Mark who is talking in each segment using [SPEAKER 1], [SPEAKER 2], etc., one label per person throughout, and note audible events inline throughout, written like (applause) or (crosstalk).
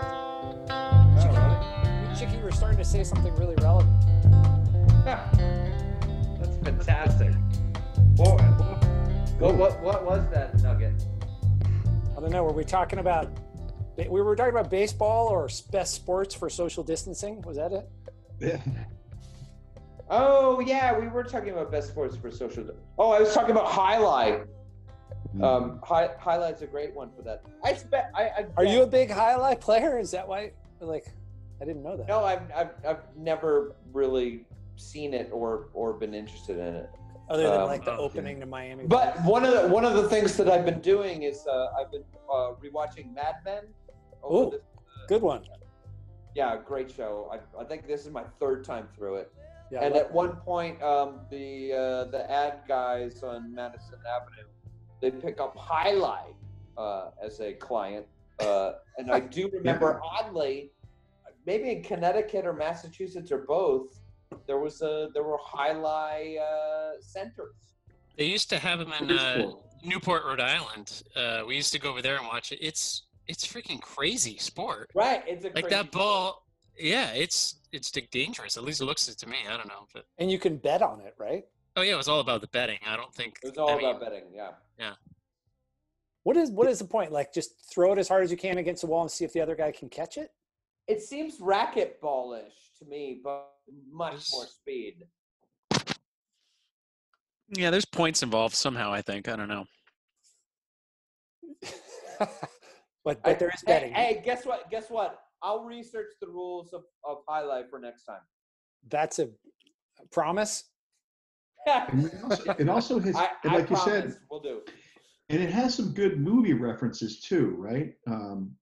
[SPEAKER 1] Oh,
[SPEAKER 2] were starting to say something really relevant.
[SPEAKER 1] (laughs) That's fantastic. What, what, what, what was that nugget?
[SPEAKER 2] I don't know. Were we talking about? We were talking about baseball or best sports for social distancing. Was that it?
[SPEAKER 1] Oh, yeah, we were talking about best sports for social. Oh, I was talking about highlight.
[SPEAKER 3] Mm.
[SPEAKER 2] Hmm.
[SPEAKER 1] Um, hi, highlight's a great one for that. I spent. I, I
[SPEAKER 2] Are you a big highlight player? Is that why? Like, I didn't know that.
[SPEAKER 1] No, I've, I've I've never really seen it or or been interested in it.
[SPEAKER 2] Other than
[SPEAKER 1] Um,
[SPEAKER 2] like the
[SPEAKER 3] oh,
[SPEAKER 2] opening to Miami.
[SPEAKER 1] But one of the one of the things that I've been doing is uh, I've been uh, rewatching Mad Men.
[SPEAKER 2] Ooh.
[SPEAKER 1] over the-
[SPEAKER 2] good one.
[SPEAKER 1] yeah, great show. I, I think this is my third time through it.
[SPEAKER 2] Yeah. I
[SPEAKER 1] and
[SPEAKER 2] love-
[SPEAKER 1] at one point, um, the uh, the ad guys on Madison Avenue, they pick up Highlight uh, as a client, uh, and I (laughs) do remember oddly, maybe in Connecticut or Massachusetts or both, there was a there were Highlight uh, centers.
[SPEAKER 3] They used to have them in uh, Newport, Rhode Island. Uh, we used to go over there and watch it. It's it's freaking crazy sport.
[SPEAKER 1] Right, it's a
[SPEAKER 3] Like
[SPEAKER 1] crazy-
[SPEAKER 3] that ball. Yeah, it's it's d- dangerous. At least it looks it to me. I don't know, but
[SPEAKER 2] and you can bet on it, right?
[SPEAKER 3] oh yeah, it was all about the betting. I don't think
[SPEAKER 1] It was all
[SPEAKER 3] I mean,
[SPEAKER 1] about betting. Yeah.
[SPEAKER 2] What is what is the point? Like, just throw it as hard as you can against the wall and see if the other guy can catch it. (laughs)
[SPEAKER 1] It seems racquetballish to me, but much more speed.
[SPEAKER 3] Yeah, there's points involved somehow. I think I don't know.
[SPEAKER 2] but but there is betting.
[SPEAKER 1] Hey, hey, guess what? Guess what? I'll research the rules of, of highlight for next time.
[SPEAKER 2] That's a promise.
[SPEAKER 4] And it
[SPEAKER 1] (laughs)
[SPEAKER 4] also- It also has,
[SPEAKER 1] I,
[SPEAKER 4] and
[SPEAKER 1] I
[SPEAKER 4] like you said,
[SPEAKER 1] promise we'll do. it.
[SPEAKER 4] and it has some good movie references too, right? Um,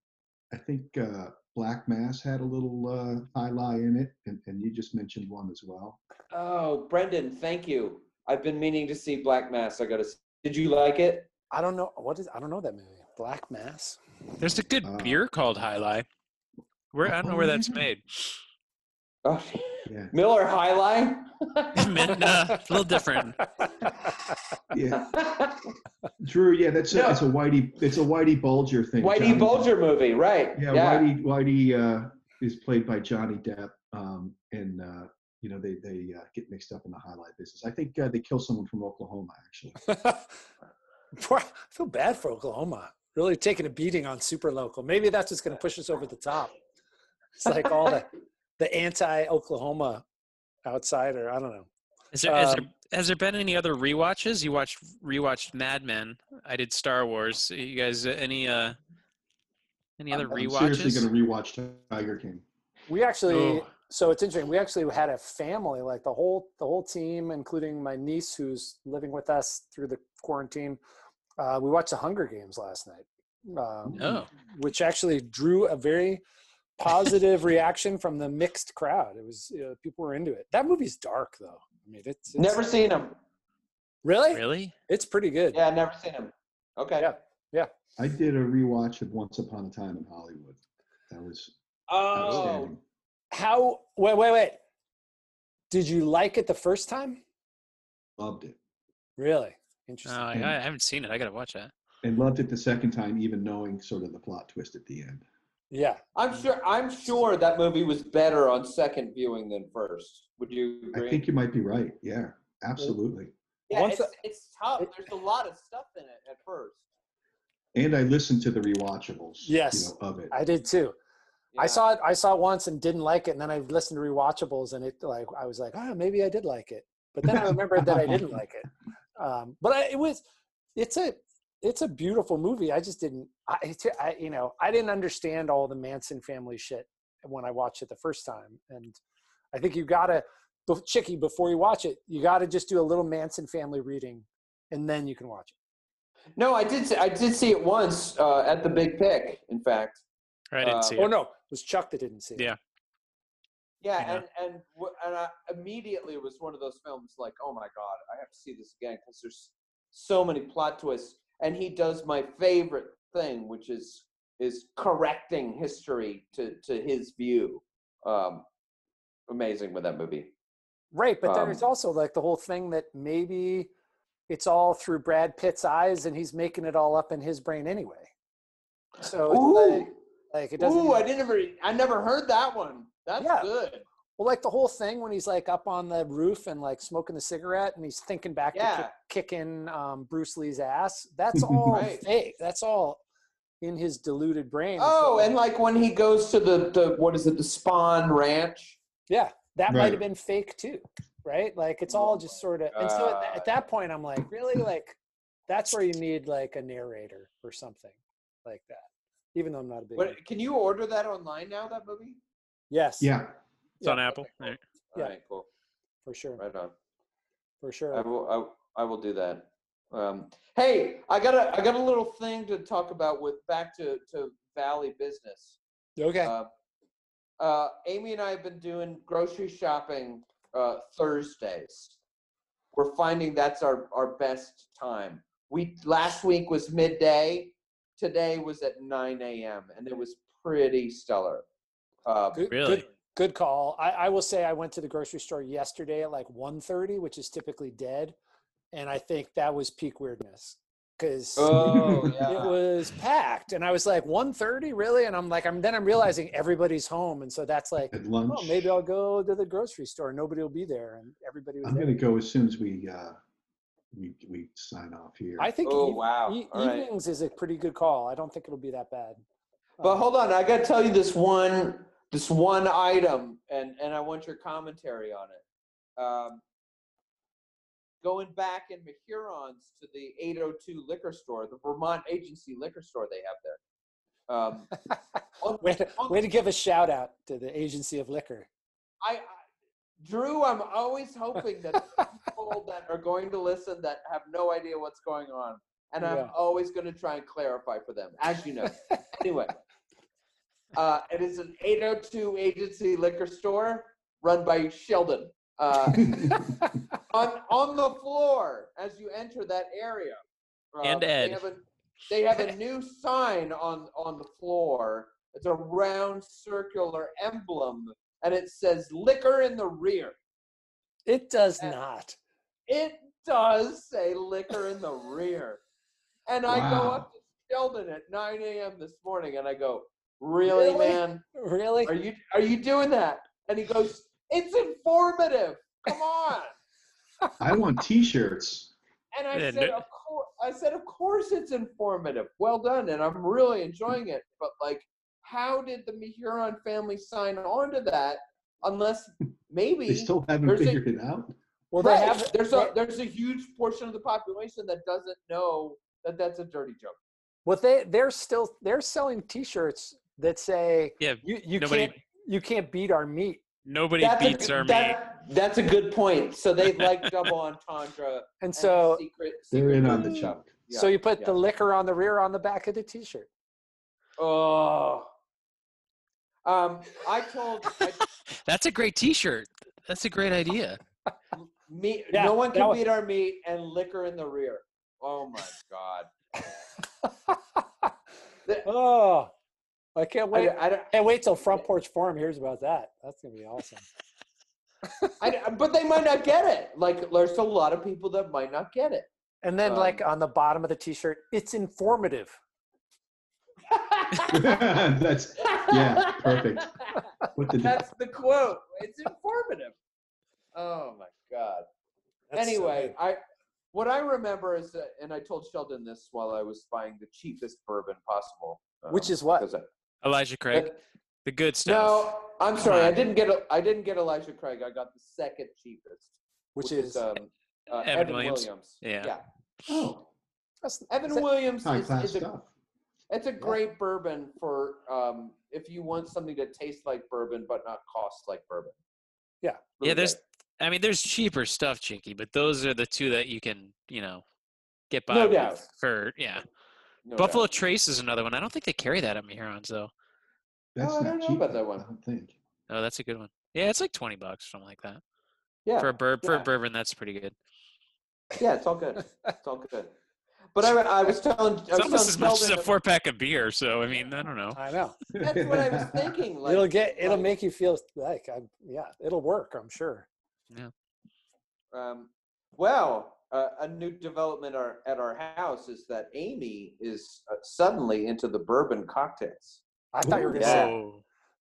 [SPEAKER 4] I think uh, Black Mass had a little uh, high lie in it, and, and you just mentioned one as well.
[SPEAKER 1] Oh, Brendan, thank you. I've been meaning to see Black Mass. I gotta. s- Did you like it?
[SPEAKER 2] I don't know what is. I don't know that movie. Black Mass. (laughs)
[SPEAKER 3] There's a good
[SPEAKER 4] Uh,
[SPEAKER 3] beer called High Lie. Where I don't know where that's made.
[SPEAKER 1] Oh, (laughs)
[SPEAKER 4] Yeah.
[SPEAKER 1] Miller Highlight.
[SPEAKER 3] (laughs) Mint, uh, a little different.
[SPEAKER 4] (laughs) Yeah, Drew. Yeah, that's a,
[SPEAKER 1] No.
[SPEAKER 4] it's a Whitey. It's a Whitey Bulger thing. Johnny
[SPEAKER 1] Whitey
[SPEAKER 4] Depp.
[SPEAKER 1] Bulger movie, right?
[SPEAKER 4] Yeah, Whitey. Whitey uh, is played by Johnny Depp, um, and uh, you know they they uh, get mixed up in the highlight business. I think uh, they kill someone from Oklahoma actually.
[SPEAKER 2] (laughs) Poor- I feel bad for Oklahoma. Really taking a beating on super local. Maybe that's just going to push us over the top. It's like all the the anti Oklahoma outsider. I don't know.
[SPEAKER 3] Is there, has,
[SPEAKER 2] Um,
[SPEAKER 3] there has there been any other rewatches? You watched rewatched Mad Men. I did Star Wars. You guys uh, any uh any other
[SPEAKER 4] I'm
[SPEAKER 3] rewatches?
[SPEAKER 4] seriously going to rewatch Tiger King.
[SPEAKER 2] We actually.
[SPEAKER 3] Oh.
[SPEAKER 2] So it's interesting. We actually had a family, like the whole the whole team, including my niece who's living with us through the quarantine. Uh, we watched the Hunger Games last night. Um,
[SPEAKER 3] Oh,
[SPEAKER 2] which actually drew a very
[SPEAKER 1] (laughs)
[SPEAKER 2] positive reaction from the mixed crowd. It was you know, people were into it. That movie's dark though. I mean, it's, it's
[SPEAKER 1] Never seen him.
[SPEAKER 2] really?
[SPEAKER 3] really?
[SPEAKER 2] It's pretty good.
[SPEAKER 1] Yeah, never seen him. Okay.
[SPEAKER 2] Yeah.
[SPEAKER 4] I did a rewatch of Once Upon a Time in Hollywood. That was
[SPEAKER 1] Oh,
[SPEAKER 4] outstanding.
[SPEAKER 2] How? Wait, wait, wait. Did you like it the first time?
[SPEAKER 4] Loved it.
[SPEAKER 2] Really
[SPEAKER 3] Oh,
[SPEAKER 1] Uh.
[SPEAKER 2] interesting.
[SPEAKER 3] I, I haven't seen it. I gotta watch that.
[SPEAKER 4] And loved it the second time, even knowing sort of the plot twist at the end.
[SPEAKER 2] yeah,
[SPEAKER 1] I'm sure. I'm sure that movie was better on second viewing than first. Would you agree?
[SPEAKER 4] I think you might be right. Yeah, absolutely.
[SPEAKER 1] Yeah,
[SPEAKER 2] Once
[SPEAKER 1] it's, it's tough.
[SPEAKER 2] it-
[SPEAKER 1] There's a lot of stuff in it at first.
[SPEAKER 4] And I listened to the rewatchables. you
[SPEAKER 2] Yes,
[SPEAKER 4] know, of it.
[SPEAKER 2] I did too. I
[SPEAKER 1] Yeah.
[SPEAKER 2] saw it. I saw it once and didn't like it, and then I listened to rewatchables, and it like I was like, ah, maybe I did like it, but then I remembered that I didn't like it. Um, but I, it was, it's a, it's a beautiful movie. I just didn't, I, it's- I, you know, I didn't understand all the Manson family shit when I watched it the first time, and I think you gotta, bef- Chicky, before you watch it, you gotta just do a little Manson family reading, and then you can watch it.
[SPEAKER 1] No, I did. See, I did see it once uh, at the Big Pick. In fact,
[SPEAKER 3] I didn't
[SPEAKER 1] Uh,
[SPEAKER 3] see
[SPEAKER 2] Oh
[SPEAKER 3] it.
[SPEAKER 2] no, it was Chuck that didn't see it.
[SPEAKER 3] Yeah.
[SPEAKER 1] yeah,
[SPEAKER 3] Yeah.
[SPEAKER 1] and and w- and I immediately it was one of those films like, oh my god, I have to see this again because there's so many plot twists. And he does my favorite thing, which is is correcting history to to his view. Um, amazing with that movie.
[SPEAKER 2] Right, but there's
[SPEAKER 1] Um,
[SPEAKER 2] also like the whole thing that maybe it's all through Brad Pitt's eyes and he's making it all up in his brain anyway. So it's
[SPEAKER 1] Ooh,
[SPEAKER 2] like, like it doesn't
[SPEAKER 1] ooh, I didn't ever. I never heard that one. That's
[SPEAKER 2] Yeah.
[SPEAKER 1] good.
[SPEAKER 2] Well, like the whole thing when he's like up on the roof and like smoking the cigarette and he's thinking back
[SPEAKER 1] Yeah.
[SPEAKER 2] to kick, kicking um, Bruce Lee's ass.
[SPEAKER 1] (laughs)
[SPEAKER 2] That's all
[SPEAKER 1] Right.
[SPEAKER 2] fake. That's all in his deluded brain.
[SPEAKER 1] Oh, and like when he goes to the, the what is it, the Spawn Ranch?
[SPEAKER 2] yeah, that
[SPEAKER 4] Right.
[SPEAKER 2] might have been fake too, right? Like it's all just sort of. And so at, tha-
[SPEAKER 1] Oh God.
[SPEAKER 2] at that point, I'm like, really, like that's where you need like a narrator or something like that. Even though I'm not a big.
[SPEAKER 1] What, can you order that online now? That movie?
[SPEAKER 2] yes.
[SPEAKER 4] Yeah.
[SPEAKER 3] It's on
[SPEAKER 2] Yeah.
[SPEAKER 3] Apple. All right.
[SPEAKER 1] All
[SPEAKER 2] Yeah.
[SPEAKER 1] right, cool.
[SPEAKER 2] For sure.
[SPEAKER 1] Right on.
[SPEAKER 2] For
[SPEAKER 1] I
[SPEAKER 2] sure.
[SPEAKER 1] will. I, I will do that. Um, hey, I got a I got a little thing to talk about with back to to Valley business.
[SPEAKER 2] Okay.
[SPEAKER 1] Uh, uh, Amy and I have been doing grocery shopping uh, Thursdays. We're finding that's our our best time. We last week was midday. Today was at 9 a.m. and it was pretty stellar. Uh,
[SPEAKER 2] Good,
[SPEAKER 3] Really?
[SPEAKER 2] Good, good call. I, I will say I went to the grocery store yesterday at like 1.30, which is typically dead. And I think that was peak weirdness because
[SPEAKER 1] oh yeah.
[SPEAKER 2] (laughs) it was packed. And I was like, 1.30, really? And I'm like, I'm then I'm realizing everybody's home. And so that's like,
[SPEAKER 4] At lunch.
[SPEAKER 2] oh, maybe I'll go to the grocery store. Nobody will be there. And everybody was
[SPEAKER 4] I'm
[SPEAKER 2] there.
[SPEAKER 4] gonna go as soon as we uh, we we sign off here.
[SPEAKER 2] I think
[SPEAKER 1] Oh,
[SPEAKER 2] eve-
[SPEAKER 1] wow.
[SPEAKER 2] e-
[SPEAKER 1] All right.
[SPEAKER 2] evenings is a pretty good call. I don't think it'll be that bad.
[SPEAKER 1] But
[SPEAKER 2] Um,
[SPEAKER 1] hold on, I got to tell you this one, this one item, and and I want your commentary on it. Um, going back in the Hurons to the 802 liquor store, the Vermont Agency liquor store they have there. Um,
[SPEAKER 2] (laughs)
[SPEAKER 1] on-
[SPEAKER 2] way, to, way to give a shout out to the Agency of Liquor.
[SPEAKER 1] I, I, Drew, I'm always hoping that people that are going to listen that have no idea what's going on, and I'm
[SPEAKER 2] Yeah.
[SPEAKER 1] always going to try and clarify for them, as you know. anyway, uh, it is an 802 agency liquor store run by Sheldon. Uh, on on the floor as you enter that area. uh,
[SPEAKER 3] And Ed.
[SPEAKER 1] They have, a, they have
[SPEAKER 3] (laughs)
[SPEAKER 1] a new sign on on the floor. It's a round circular emblem, and it says "Liquor in the rear."
[SPEAKER 2] It does
[SPEAKER 1] Uh,
[SPEAKER 2] not.
[SPEAKER 1] It does say "Liquor in the rear," and I go
[SPEAKER 4] Wow.
[SPEAKER 1] up to Sheldon at 9 a.m. this morning, and I go, "Really,
[SPEAKER 2] Really?
[SPEAKER 1] man?
[SPEAKER 2] Really?
[SPEAKER 1] Are you are you doing that?" And he goes, "It's informative. Come on."
[SPEAKER 4] I want T-shirts.
[SPEAKER 1] And I
[SPEAKER 3] Yeah,
[SPEAKER 1] said,
[SPEAKER 3] no-
[SPEAKER 1] of course, I said, of course, it's informative. Well done, and I'm really enjoying it. But like, how did the Huron family sign on to that? Unless maybe
[SPEAKER 4] They still haven't
[SPEAKER 1] There's a-
[SPEAKER 4] figured it out.
[SPEAKER 2] well,
[SPEAKER 1] Right,
[SPEAKER 2] they have.
[SPEAKER 1] there's
[SPEAKER 2] they-
[SPEAKER 1] a there's a huge portion of the population that doesn't know that that's a dirty joke.
[SPEAKER 2] well, they they're still they're selling T-shirts that say,
[SPEAKER 3] Yeah,
[SPEAKER 2] you you
[SPEAKER 3] nobody-
[SPEAKER 2] can't you can't beat our meat."
[SPEAKER 3] Nobody
[SPEAKER 1] That's a
[SPEAKER 3] beats
[SPEAKER 1] good-
[SPEAKER 3] our meat.
[SPEAKER 1] that- That's a good point. So
[SPEAKER 3] (laughs)
[SPEAKER 1] they like double entendre.
[SPEAKER 2] And so
[SPEAKER 1] secret,
[SPEAKER 4] They're
[SPEAKER 1] secret
[SPEAKER 4] in on the
[SPEAKER 1] dirty
[SPEAKER 4] joke.
[SPEAKER 1] joke. Yeah,
[SPEAKER 2] so you put
[SPEAKER 1] yeah.
[SPEAKER 2] the liquor on the rear on the back of the T-shirt.
[SPEAKER 1] oh. Um, I told I
[SPEAKER 3] That's a great T-shirt. That's a great idea.
[SPEAKER 1] Meat.
[SPEAKER 2] Yeah,
[SPEAKER 1] no one
[SPEAKER 2] that
[SPEAKER 1] can
[SPEAKER 2] was-
[SPEAKER 1] beat our meat and liquor in the rear. Oh my god.
[SPEAKER 2] oh, I can't
[SPEAKER 1] I,
[SPEAKER 2] wait!
[SPEAKER 1] I, don't-
[SPEAKER 2] can't wait till Front Porch Forum hears about that. That's gonna be awesome.
[SPEAKER 1] I- but they might not get it. Like there's a lot of people that might not get it.
[SPEAKER 2] And then, like
[SPEAKER 1] Um,
[SPEAKER 2] on the bottom of the T-shirt, it's informative.
[SPEAKER 4] (laughs) That's yeah, perfect. What
[SPEAKER 1] (laughs)
[SPEAKER 4] the
[SPEAKER 1] That's the quote. It's informative. Oh my god.
[SPEAKER 2] That's so
[SPEAKER 1] anyway,
[SPEAKER 2] good.
[SPEAKER 1] I what I remember is that, and I told Sheldon this while I was buying the cheapest bourbon possible,
[SPEAKER 2] which is what?
[SPEAKER 1] because I-
[SPEAKER 3] Elijah Craig, the good stuff.
[SPEAKER 1] no, I'm sorry, I
[SPEAKER 3] on.
[SPEAKER 1] didn't get a, I didn't get Elijah Craig. I got the second cheapest.
[SPEAKER 2] Which, is,
[SPEAKER 1] um, uh,
[SPEAKER 3] Evan Williams. Yeah.
[SPEAKER 4] Oh,
[SPEAKER 2] that's-
[SPEAKER 1] Evan
[SPEAKER 2] is that-
[SPEAKER 1] Williams
[SPEAKER 4] high
[SPEAKER 1] is, Oh,
[SPEAKER 4] class
[SPEAKER 1] is a,
[SPEAKER 4] stuff.
[SPEAKER 1] it's a great bourbon for um, if you want something to taste like bourbon but not cost like bourbon.
[SPEAKER 2] Yeah.
[SPEAKER 1] Really
[SPEAKER 3] Yeah, there's-
[SPEAKER 1] good.
[SPEAKER 3] I mean, there's cheaper stuff, Chinky, but those are the two that you can, you know, get by
[SPEAKER 1] No
[SPEAKER 3] with
[SPEAKER 1] doubt.
[SPEAKER 3] for yeah.
[SPEAKER 1] No
[SPEAKER 3] Buffalo
[SPEAKER 1] doubt.
[SPEAKER 3] Trace is another one. I don't think they carry that at Mahurons though.
[SPEAKER 4] That's
[SPEAKER 1] Oh, I
[SPEAKER 4] not
[SPEAKER 1] don't know
[SPEAKER 4] cheap,
[SPEAKER 1] about that one.
[SPEAKER 4] I don't think.
[SPEAKER 3] Oh, that's a good one. Yeah, it's like twenty bucks, something like that.
[SPEAKER 1] Yeah,
[SPEAKER 3] for a bur- for
[SPEAKER 1] yeah.
[SPEAKER 3] a bourbon, that's pretty good.
[SPEAKER 1] yeah, it's all good. It's all
[SPEAKER 2] (laughs)
[SPEAKER 1] good. But I, I was telling, I
[SPEAKER 3] It's
[SPEAKER 1] was
[SPEAKER 3] almost as much
[SPEAKER 1] telling
[SPEAKER 3] as a
[SPEAKER 1] Sheldon,
[SPEAKER 3] four pack of beer. So I mean, I don't know.
[SPEAKER 2] I know.
[SPEAKER 1] that's
[SPEAKER 2] (laughs)
[SPEAKER 1] what I was thinking. Like,
[SPEAKER 2] it'll get. It'll
[SPEAKER 1] like-
[SPEAKER 2] make you feel like. I, yeah, it'll work. I'm sure.
[SPEAKER 1] Um, well, uh, a new development our, at our house is that Amy is uh, suddenly into the bourbon cocktails.
[SPEAKER 2] I thought you were (laughs)
[SPEAKER 1] Ooh,
[SPEAKER 2] gonna
[SPEAKER 1] yeah.
[SPEAKER 2] say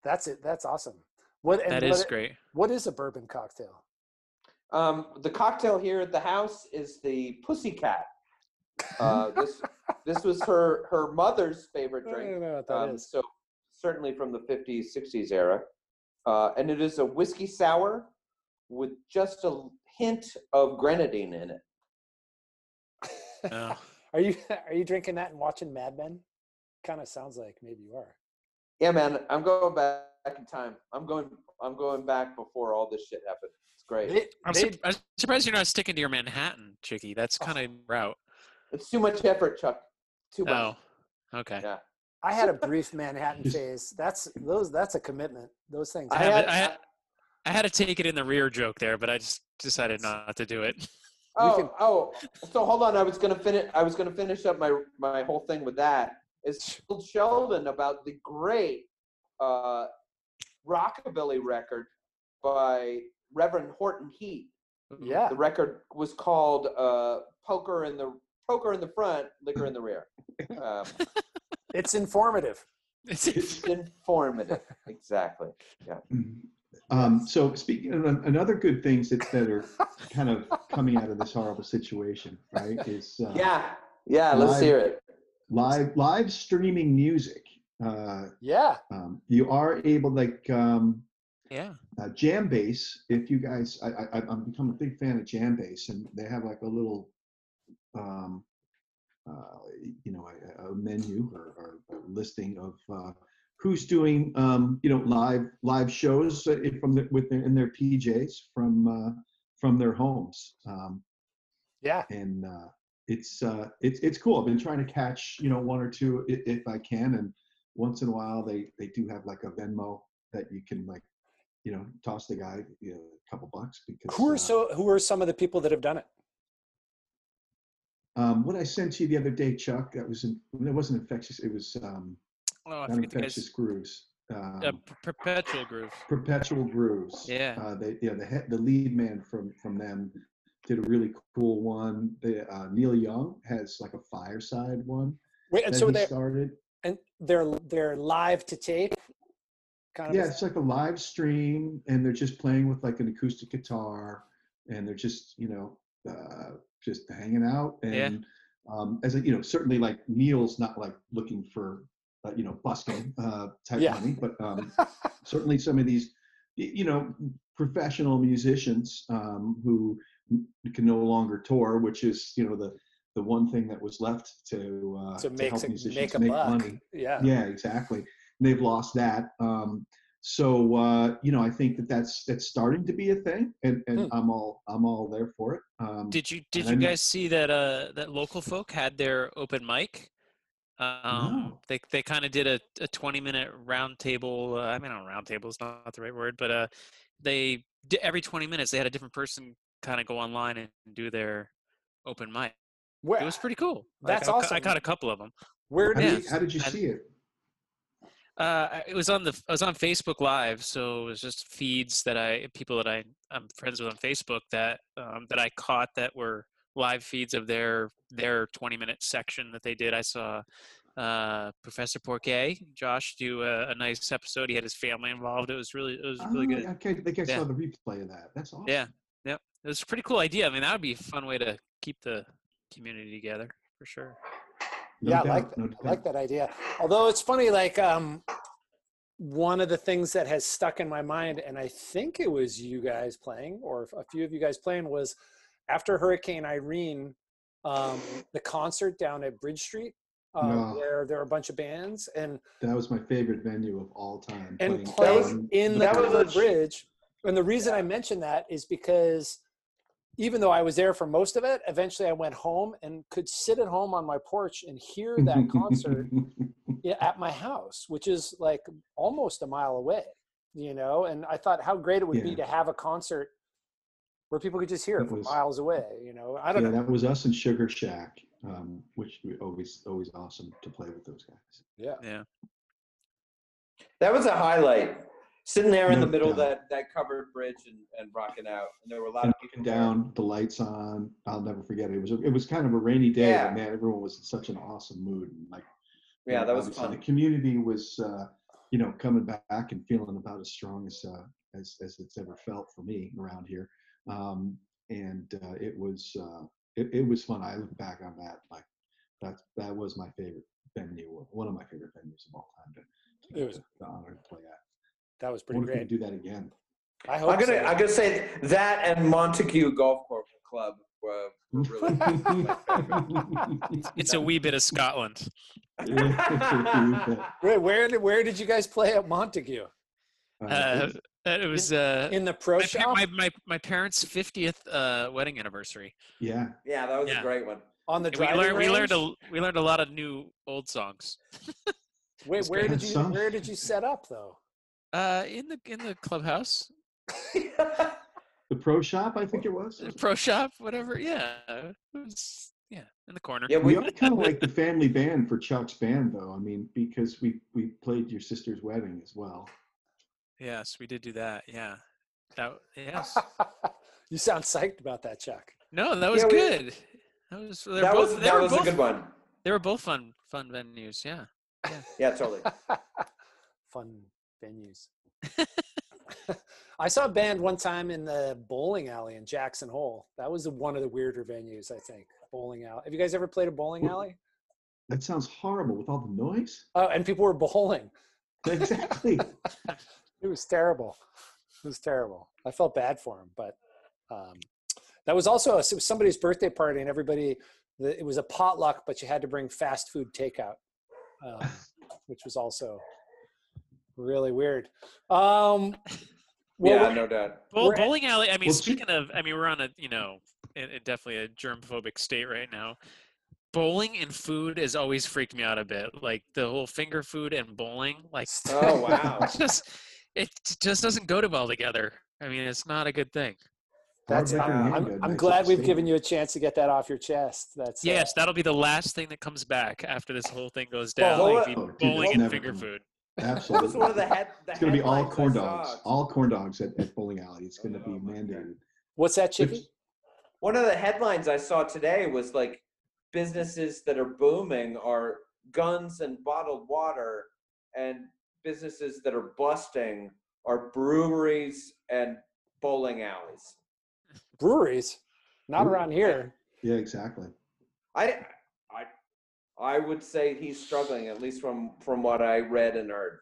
[SPEAKER 2] that's it. That's awesome. What and
[SPEAKER 3] That
[SPEAKER 2] what-
[SPEAKER 3] is
[SPEAKER 1] (laughs)
[SPEAKER 3] great.
[SPEAKER 2] What is a bourbon cocktail?
[SPEAKER 1] Um, the cocktail here at the house is the pussycat.
[SPEAKER 2] (laughs)
[SPEAKER 1] Uh, this this was her her mother's favorite
[SPEAKER 2] I
[SPEAKER 1] drink.
[SPEAKER 2] don't know what Oh, that
[SPEAKER 1] Um,
[SPEAKER 2] is.
[SPEAKER 1] so certainly from the 50s, 60s era, uh, and it is a whiskey sour with just a hint of grenadine in it.
[SPEAKER 3] Oh.
[SPEAKER 2] (laughs) Are you are you drinking that and watching Mad Men? Kind of sounds like maybe you are.
[SPEAKER 1] Yeah, man, I'm going back in time. I'm going I'm going back before all this shit happened. It's great.
[SPEAKER 2] They-
[SPEAKER 3] I'm,
[SPEAKER 2] they-
[SPEAKER 3] surp- I'm surprised you're not sticking to your Manhattan, Chicky. That's
[SPEAKER 1] Oh.
[SPEAKER 3] kind of route.
[SPEAKER 1] It's too much effort, Chuck. Too much.
[SPEAKER 3] Oh, okay.
[SPEAKER 1] Yeah.
[SPEAKER 2] I had a brief
[SPEAKER 3] (laughs)
[SPEAKER 2] Manhattan
[SPEAKER 4] Just-
[SPEAKER 2] phase. That's those. That's a commitment. Those things.
[SPEAKER 3] I
[SPEAKER 1] I
[SPEAKER 3] had,
[SPEAKER 1] had-
[SPEAKER 3] I had, I had to take it in the rear joke there, but I just decided not to
[SPEAKER 1] (laughs)
[SPEAKER 3] do it. (laughs)
[SPEAKER 2] We
[SPEAKER 1] Oh,
[SPEAKER 2] can-
[SPEAKER 1] oh. So hold on. I was gonna finish. I was gonna finish up my my whole thing with that. Is told Sheldon about the great uh, rockabilly record by Reverend Horton Heat.
[SPEAKER 2] yeah.
[SPEAKER 1] The record was called uh, "Poker in the Poker in the Front, Liquor in the Rear." Um,
[SPEAKER 2] It's informative.
[SPEAKER 3] It's-
[SPEAKER 1] it's informative, exactly.
[SPEAKER 4] (laughs) Um, so speaking of an- another good things that, that are kind of coming out of this horrible situation, right? Is uh,
[SPEAKER 1] Yeah, yeah. Let's
[SPEAKER 4] Live-
[SPEAKER 1] hear it.
[SPEAKER 4] live live streaming music. Uh,
[SPEAKER 2] Yeah.
[SPEAKER 4] um, you are able like um,
[SPEAKER 3] yeah.
[SPEAKER 4] uh, Jambase. If you guys, I, I, I've- I've become a big fan of Jambase, and they have like a little, um, uh, you know, a, a menu or, or a listing of uh, who's doing, um, you know, live live shows uh, from the, with their, in their PJs from uh, from their homes, um,
[SPEAKER 2] Yeah.
[SPEAKER 4] and uh, it's uh, it's it's cool. I've been trying to catch you know one or two if, if I can, and once in a while they they do have like a Venmo that you can like you know toss the guy you know, a couple bucks because
[SPEAKER 2] Who
[SPEAKER 4] uh,
[SPEAKER 2] are so? Who are some of the people that have done it?
[SPEAKER 4] um, what I sent to you the other day, Chuck, that was in, that wasn't infectious. It was um,
[SPEAKER 3] Oh, I
[SPEAKER 4] not
[SPEAKER 3] forget the guy's
[SPEAKER 4] infectious grooves. Um,
[SPEAKER 3] uh, P- perpetual groove.
[SPEAKER 4] Perpetual Grooves.
[SPEAKER 3] Yeah.
[SPEAKER 4] Uh, they, yeah, the head, the lead man from from them did a really cool one. The, uh, Neil Young has like a fireside one
[SPEAKER 2] Wait, and
[SPEAKER 4] that
[SPEAKER 2] so
[SPEAKER 4] he
[SPEAKER 2] they're
[SPEAKER 4] started.
[SPEAKER 2] and they're they're live to tape. Kind of. a-
[SPEAKER 4] Yeah, it's like a live stream, and they're just playing with like an acoustic guitar, and they're just you know uh, just hanging out. And
[SPEAKER 3] Yeah.
[SPEAKER 4] um, as a, you know, certainly like Neil's not like looking for uh, you know busking uh, type
[SPEAKER 2] Yeah.
[SPEAKER 4] money, but um, (laughs)
[SPEAKER 2] (laughs)
[SPEAKER 4] certainly some of these y- you know professional musicians um, who n- can no longer tour, which is you know the the one thing that was left to uh,
[SPEAKER 2] to make
[SPEAKER 4] help
[SPEAKER 2] some-
[SPEAKER 4] musicians
[SPEAKER 2] make a
[SPEAKER 4] make
[SPEAKER 2] buck.
[SPEAKER 4] money
[SPEAKER 2] Yeah.
[SPEAKER 4] yeah exactly And they've lost that um, so uh, you know i think that that's that's starting to be a thing and, and
[SPEAKER 2] Hmm.
[SPEAKER 4] i'm all i'm all there for it um,
[SPEAKER 3] Did you did
[SPEAKER 4] I
[SPEAKER 3] you
[SPEAKER 4] know-
[SPEAKER 3] guys see that uh that local folk had their open mic? Um,
[SPEAKER 4] No.
[SPEAKER 3] they they kind of did a, a twenty minute round table. Uh, I mean, not round table is not the right word, but uh, they di- every twenty minutes they had a different person kind of go online and do their open mic.
[SPEAKER 2] Where,
[SPEAKER 3] It was pretty cool.
[SPEAKER 2] That's
[SPEAKER 3] I ca- I
[SPEAKER 2] awesome.
[SPEAKER 3] caught a couple of them.
[SPEAKER 2] where do
[SPEAKER 4] how, did
[SPEAKER 2] you,
[SPEAKER 4] you, how did you
[SPEAKER 3] I-
[SPEAKER 4] see it
[SPEAKER 3] Uh, I- it was on the I was on Facebook Live, so it was just feeds that I people that I I'm friends with on Facebook that um, that I caught that were live feeds of their their 20 minute section that they did. I saw uh, Professor Porquet, Josh, do a, a nice episode. He had his family involved. It was really it was really
[SPEAKER 4] Ah,
[SPEAKER 3] good.
[SPEAKER 4] okay i think i
[SPEAKER 3] Yeah.
[SPEAKER 4] saw the replay of that that's awesome
[SPEAKER 3] Yeah, yep. It was a pretty cool idea. I mean, that would be a fun way to keep the community together for sure.
[SPEAKER 4] No
[SPEAKER 2] yeah, I
[SPEAKER 4] doubt,
[SPEAKER 2] like
[SPEAKER 4] no
[SPEAKER 2] I like
[SPEAKER 4] doubt.
[SPEAKER 2] that idea. Although it's funny, like um, one of the things that has stuck in my mind, and I think it was you guys playing, or a few of you guys playing, was after Hurricane Irene, um, the concert down at Bridge Street, uh,
[SPEAKER 4] No.
[SPEAKER 2] where there were a bunch of bands, and
[SPEAKER 4] that was my favorite venue of all time
[SPEAKER 2] and
[SPEAKER 4] playing
[SPEAKER 2] playing
[SPEAKER 4] on
[SPEAKER 2] in the
[SPEAKER 1] that was a
[SPEAKER 2] Covered
[SPEAKER 1] sh-
[SPEAKER 2] bridge. And the reason I mention that is because even though I was there for most of it, eventually I went home and could sit at home on my porch and hear
[SPEAKER 4] (laughs)
[SPEAKER 2] that concert yeah, at my house, which is like almost a mile away, you know. And I thought how great it would be
[SPEAKER 4] Yeah.
[SPEAKER 2] to have a concert where people could just hear it
[SPEAKER 4] It
[SPEAKER 2] from
[SPEAKER 4] was-
[SPEAKER 2] miles away, you know. I
[SPEAKER 4] yeah
[SPEAKER 2] don't know.
[SPEAKER 4] that was us and sugar shack um, which we always always awesome to play with those guys
[SPEAKER 2] Yeah.
[SPEAKER 3] Yeah.
[SPEAKER 1] That was a highlight. Sitting there in the
[SPEAKER 4] No
[SPEAKER 1] middle of
[SPEAKER 4] doubt.
[SPEAKER 1] that, that covered bridge and, and rocking out. And there were a lot
[SPEAKER 4] and
[SPEAKER 1] of
[SPEAKER 4] looking
[SPEAKER 1] people there.
[SPEAKER 4] down, the lights on. I'll never forget it. It was it was kind of a rainy day,
[SPEAKER 1] Yeah.
[SPEAKER 4] but man, everyone was in such an awesome mood. And like,
[SPEAKER 1] Yeah, that was
[SPEAKER 4] obviously
[SPEAKER 1] fun.
[SPEAKER 4] The community was, uh, you know, coming back and feeling about as strong as uh, as as it's ever felt for me around here. Um, and uh, it was uh, it, it was fun. I look back on that like that that was my favorite venue, one of my favorite venues of all time to, to,
[SPEAKER 2] It
[SPEAKER 4] get
[SPEAKER 2] was-
[SPEAKER 4] to, to honor and play at.
[SPEAKER 2] That was
[SPEAKER 4] I
[SPEAKER 2] pretty
[SPEAKER 4] wonder if we
[SPEAKER 2] great.
[SPEAKER 4] could do that again.
[SPEAKER 2] I hope
[SPEAKER 1] I'm gonna
[SPEAKER 2] so.
[SPEAKER 1] I'm gonna say that and Montague Golf Course
[SPEAKER 4] (laughs)
[SPEAKER 1] Club were, were really.
[SPEAKER 3] It's a wee bit of Scotland.
[SPEAKER 4] Uh,
[SPEAKER 1] (laughs)
[SPEAKER 2] Wait, where did where did you guys play at Montague?
[SPEAKER 3] Uh, that it was uh,
[SPEAKER 2] In the pro
[SPEAKER 3] my, pa-
[SPEAKER 2] shop
[SPEAKER 3] my, my, my parents' 50th uh, wedding anniversary.
[SPEAKER 4] yeah.
[SPEAKER 1] yeah, that was
[SPEAKER 3] Yeah.
[SPEAKER 1] a great one.
[SPEAKER 2] on the
[SPEAKER 3] And we
[SPEAKER 2] driving
[SPEAKER 3] learned we learned
[SPEAKER 2] range?
[SPEAKER 3] a, we learned a lot of new old songs.
[SPEAKER 2] Wait,
[SPEAKER 3] was
[SPEAKER 2] where
[SPEAKER 4] great.
[SPEAKER 2] did you
[SPEAKER 4] Some-
[SPEAKER 2] where did you set up
[SPEAKER 4] (laughs)
[SPEAKER 2] though?
[SPEAKER 3] Uh, in the in the clubhouse, uh,
[SPEAKER 4] The pro shop, I think it was.
[SPEAKER 3] the pro shop, whatever. Yeah, it was, yeah, in the corner.
[SPEAKER 1] yeah,
[SPEAKER 4] We
[SPEAKER 1] we
[SPEAKER 4] are kind (laughs) of like the family band for Chuck's band, though. I mean, because we we played your sister's wedding as well.
[SPEAKER 3] Yes, we did do that. Yeah, that
[SPEAKER 1] (laughs)
[SPEAKER 3] yes.
[SPEAKER 2] (laughs) you sound psyched about that, Chuck.
[SPEAKER 3] No, that was
[SPEAKER 1] Yeah, we-
[SPEAKER 3] good. That was they were
[SPEAKER 1] that
[SPEAKER 3] both
[SPEAKER 1] was
[SPEAKER 3] they
[SPEAKER 1] that
[SPEAKER 3] were
[SPEAKER 1] was a
[SPEAKER 3] both
[SPEAKER 1] good one.
[SPEAKER 3] they were both fun fun venues. Yeah.
[SPEAKER 1] Yeah,
[SPEAKER 3] (laughs)
[SPEAKER 1] totally.
[SPEAKER 2] (laughs) Fun venues. I saw a band one time in the bowling alley in Jackson Hole. That was one of the weirder venues, I think. Bowling alley. Have you guys ever played a bowling
[SPEAKER 4] Wh-
[SPEAKER 2] alley?
[SPEAKER 4] That sounds horrible with all the noise. (laughs)
[SPEAKER 2] Oh, and people were bowling.
[SPEAKER 4] Exactly.
[SPEAKER 2] It was terrible. It was terrible. I felt bad for him, but um, that was also a, it was somebody's birthday party, and everybody the, it was a potluck, but you had to bring fast food takeout,
[SPEAKER 3] (laughs)
[SPEAKER 2] um, which was also really weird. Um, well,
[SPEAKER 1] yeah, no
[SPEAKER 3] (laughs)
[SPEAKER 1] doubt.
[SPEAKER 3] Bowl,
[SPEAKER 2] We're-
[SPEAKER 3] bowling alley. I mean,
[SPEAKER 4] Well, two-
[SPEAKER 3] speaking of, I mean, we're on a you know, it, it definitely a germphobic state right now. Bowling and food has always freaked me out a bit. Like the whole finger food and bowling, like
[SPEAKER 1] Oh (laughs) wow.
[SPEAKER 3] it's just it just doesn't go to well together. I mean, it's not a good thing.
[SPEAKER 2] (laughs) That's-
[SPEAKER 4] Hard liquor
[SPEAKER 1] I'm-
[SPEAKER 4] and
[SPEAKER 2] I'm,
[SPEAKER 4] handgun
[SPEAKER 2] I'm
[SPEAKER 4] makes
[SPEAKER 2] glad
[SPEAKER 4] it
[SPEAKER 2] we've
[SPEAKER 4] stink.
[SPEAKER 2] given you a chance to get that off your chest. That's uh,
[SPEAKER 3] Yes, that'll be the last thing that comes back after this whole thing goes
[SPEAKER 1] Well,
[SPEAKER 3] down. like,
[SPEAKER 4] hold
[SPEAKER 3] the
[SPEAKER 4] up. Oh, dude,
[SPEAKER 3] bowling
[SPEAKER 4] that's
[SPEAKER 3] and
[SPEAKER 4] never
[SPEAKER 3] finger
[SPEAKER 4] coming.
[SPEAKER 3] food.
[SPEAKER 1] That was
[SPEAKER 4] Absolutely.
[SPEAKER 1] one of the head. The
[SPEAKER 4] it's going to be all
[SPEAKER 1] headlines I
[SPEAKER 4] corn
[SPEAKER 1] saw.
[SPEAKER 4] dogs. All corn dogs at, at bowling alley. It's going to
[SPEAKER 1] Oh,
[SPEAKER 4] be
[SPEAKER 1] my God.
[SPEAKER 4] mandated.
[SPEAKER 2] what's that,
[SPEAKER 4] Which-
[SPEAKER 2] Chippy?
[SPEAKER 1] One of the headlines I saw today was like businesses that are booming are guns and bottled water, and businesses that are busting are breweries and bowling alleys.
[SPEAKER 2] Breweries, not
[SPEAKER 4] Ooh.
[SPEAKER 2] around here.
[SPEAKER 4] Yeah, exactly.
[SPEAKER 1] I, I, I would say he's struggling at least from from what I read and heard.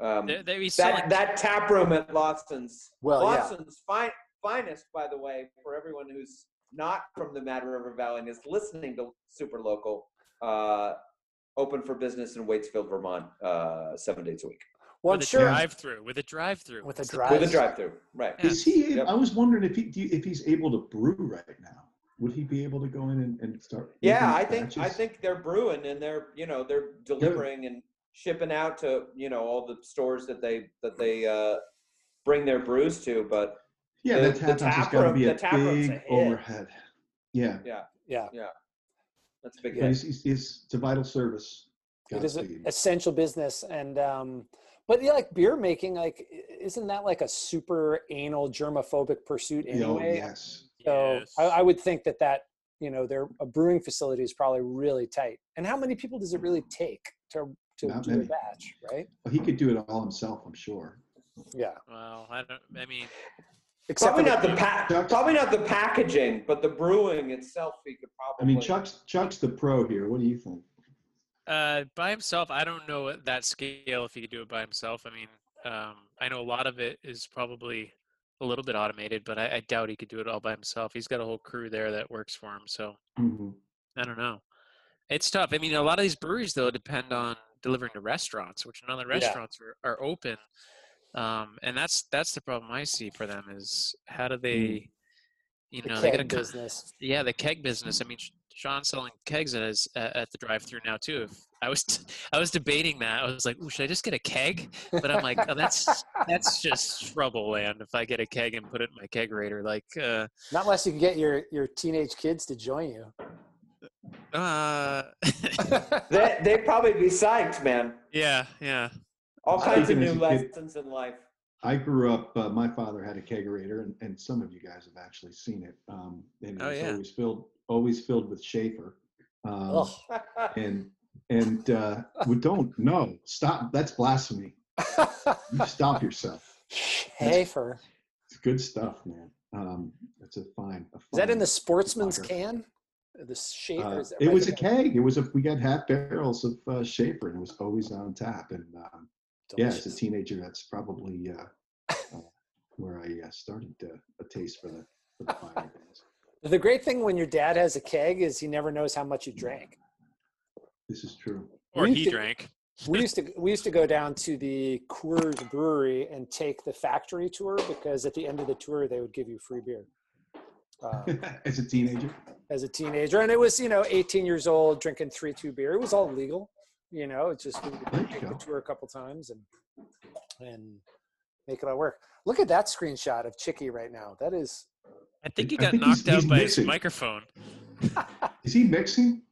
[SPEAKER 1] Um,
[SPEAKER 3] They, they be
[SPEAKER 1] that
[SPEAKER 3] selling.
[SPEAKER 1] that tap room at Lawson's.
[SPEAKER 2] Well, yeah.
[SPEAKER 1] Lawson's fi- finest, by the way, for everyone who's not from the Mad River Valley and is listening to Super Local. Uh, open for business in Waitsfield, Vermont, uh, seven days a week
[SPEAKER 2] Well, I'm
[SPEAKER 3] with a
[SPEAKER 2] sure
[SPEAKER 3] drive-through. With a drive-through.
[SPEAKER 2] With a
[SPEAKER 3] It's the-
[SPEAKER 2] drive-
[SPEAKER 1] with a drive-through. Right.
[SPEAKER 3] Yeah.
[SPEAKER 4] Is he?
[SPEAKER 1] Yep.
[SPEAKER 4] I was wondering if he do you- if he's able to brew right now. Would he be able to go in and, and start?
[SPEAKER 1] Yeah, I
[SPEAKER 4] making
[SPEAKER 1] think I
[SPEAKER 4] batches?
[SPEAKER 1] think they're brewing and they're you know they're delivering and shipping out to you know all the stores that they that they uh, bring their brews to. But
[SPEAKER 4] Yeah,
[SPEAKER 1] the- the
[SPEAKER 4] that tap house has
[SPEAKER 1] tap
[SPEAKER 4] got to
[SPEAKER 1] room-
[SPEAKER 4] be
[SPEAKER 1] the
[SPEAKER 4] a
[SPEAKER 1] tap room's a
[SPEAKER 4] big
[SPEAKER 1] hit.
[SPEAKER 4] overhead. Yeah,
[SPEAKER 2] yeah,
[SPEAKER 1] that's a big.
[SPEAKER 4] but
[SPEAKER 1] thing.
[SPEAKER 4] it's, it's, it's, it's a vital service.
[SPEAKER 2] it is an
[SPEAKER 4] Godspeed.
[SPEAKER 2] essential business, and um, but yeah, like beer making, like i- isn't that like a super anal germophobic pursuit
[SPEAKER 4] Oh,
[SPEAKER 2] anyway?
[SPEAKER 4] yes.
[SPEAKER 2] So
[SPEAKER 3] Yes.
[SPEAKER 2] I, I would think that that you know their a brewing facility is probably really tight. And how many people does it really take to to
[SPEAKER 4] Not
[SPEAKER 2] do a
[SPEAKER 4] many.
[SPEAKER 2] batch, right?
[SPEAKER 4] Well, he could do it all himself, I'm sure.
[SPEAKER 2] Yeah,
[SPEAKER 3] Well, I don't. I mean,
[SPEAKER 2] except
[SPEAKER 1] Probably
[SPEAKER 2] for
[SPEAKER 1] not the pa-
[SPEAKER 4] Chuck's-
[SPEAKER 1] probably not the packaging, but the brewing itself. He could probably.
[SPEAKER 4] I mean, Chuck's Chuck's the pro here. What do you think?
[SPEAKER 3] Uh, by himself, I don't know at that scale if he could do it by himself. I mean, um, I know a lot of it is probably a little bit automated, but I, I doubt he could do it all by himself. He's got a whole crew there that works for him, so
[SPEAKER 4] Mhm.
[SPEAKER 3] I don't know. It's tough. I mean, a lot of these breweries though depend on delivering to restaurants, which none of the
[SPEAKER 2] Yeah.
[SPEAKER 3] restaurants are, are open, um, and that's that's the problem I see for them is how do they, you
[SPEAKER 2] Mm. the
[SPEAKER 3] know, they
[SPEAKER 2] keg
[SPEAKER 3] got to
[SPEAKER 2] business.
[SPEAKER 3] yeah, the keg business. I mean, Sh- Sean's selling kegs at his, a- at the drive-through now too. If- I was (laughs) I was debating that. I was like, Ooh, should I just get a keg? But I'm like,
[SPEAKER 2] (laughs)
[SPEAKER 3] oh, that's that's just trouble land. If I get a keg and put it in my kegerator, like, uh,
[SPEAKER 2] Not unless you can get your your teenage kids to join
[SPEAKER 4] (laughs)
[SPEAKER 2] you.
[SPEAKER 3] uh
[SPEAKER 1] they they probably be psyched, man.
[SPEAKER 3] yeah, yeah.
[SPEAKER 1] All kinds of
[SPEAKER 4] Speaking
[SPEAKER 1] new
[SPEAKER 4] as a kid-
[SPEAKER 1] lessons in life. (laughs)
[SPEAKER 4] I grew up. Uh, my father had a kegerator, and, and some of you guys have actually seen it. Um, and it
[SPEAKER 3] Oh,
[SPEAKER 4] was
[SPEAKER 3] yeah.
[SPEAKER 4] always filled, always filled with Schaefer. Um,
[SPEAKER 2] Ugh.
[SPEAKER 4] and and uh, we don't no stop. (laughs) That's blasphemy. You stop yourself.
[SPEAKER 2] Schaefer.
[SPEAKER 4] It's good stuff, man. Um, that's a fine. A
[SPEAKER 2] Is that in
[SPEAKER 4] fine-
[SPEAKER 2] the sportsman's
[SPEAKER 4] Soccer.
[SPEAKER 2] can? The Schaefer?
[SPEAKER 4] Uh,
[SPEAKER 2] is that
[SPEAKER 4] it
[SPEAKER 2] right?
[SPEAKER 4] was a keg. It was a we got half barrels of uh, Schaefer, and it was always on tap. And um, yeah, as a
[SPEAKER 2] Delicious.
[SPEAKER 4] teenager, that's probably uh,
[SPEAKER 2] (laughs)
[SPEAKER 4] uh, where I uh, started uh, a taste for the for the finer things.
[SPEAKER 2] The great thing when your dad has a keg is he never knows how much you drank.
[SPEAKER 4] This is true. (laughs)
[SPEAKER 3] Or
[SPEAKER 2] We
[SPEAKER 3] he
[SPEAKER 2] did-
[SPEAKER 3] drank.
[SPEAKER 2] we used to we used to go down to the Coors Brewery and take the factory tour because at the end of the tour they would give you free beer.
[SPEAKER 4] (laughs)
[SPEAKER 2] Um,
[SPEAKER 4] as a teenager,
[SPEAKER 2] as a teenager, and it was you know 18 years old drinking three two beer. It was all legal, you know. It's just we
[SPEAKER 4] There
[SPEAKER 2] would
[SPEAKER 4] you
[SPEAKER 2] take the
[SPEAKER 4] go.
[SPEAKER 2] tour a couple times and and make it all work. Look at that screenshot of Chicky right now. That is
[SPEAKER 3] I think he
[SPEAKER 4] I
[SPEAKER 3] got
[SPEAKER 4] think he's-
[SPEAKER 3] knocked out
[SPEAKER 4] he's
[SPEAKER 3] by
[SPEAKER 4] missing.
[SPEAKER 3] his microphone.
[SPEAKER 4] is he mixing?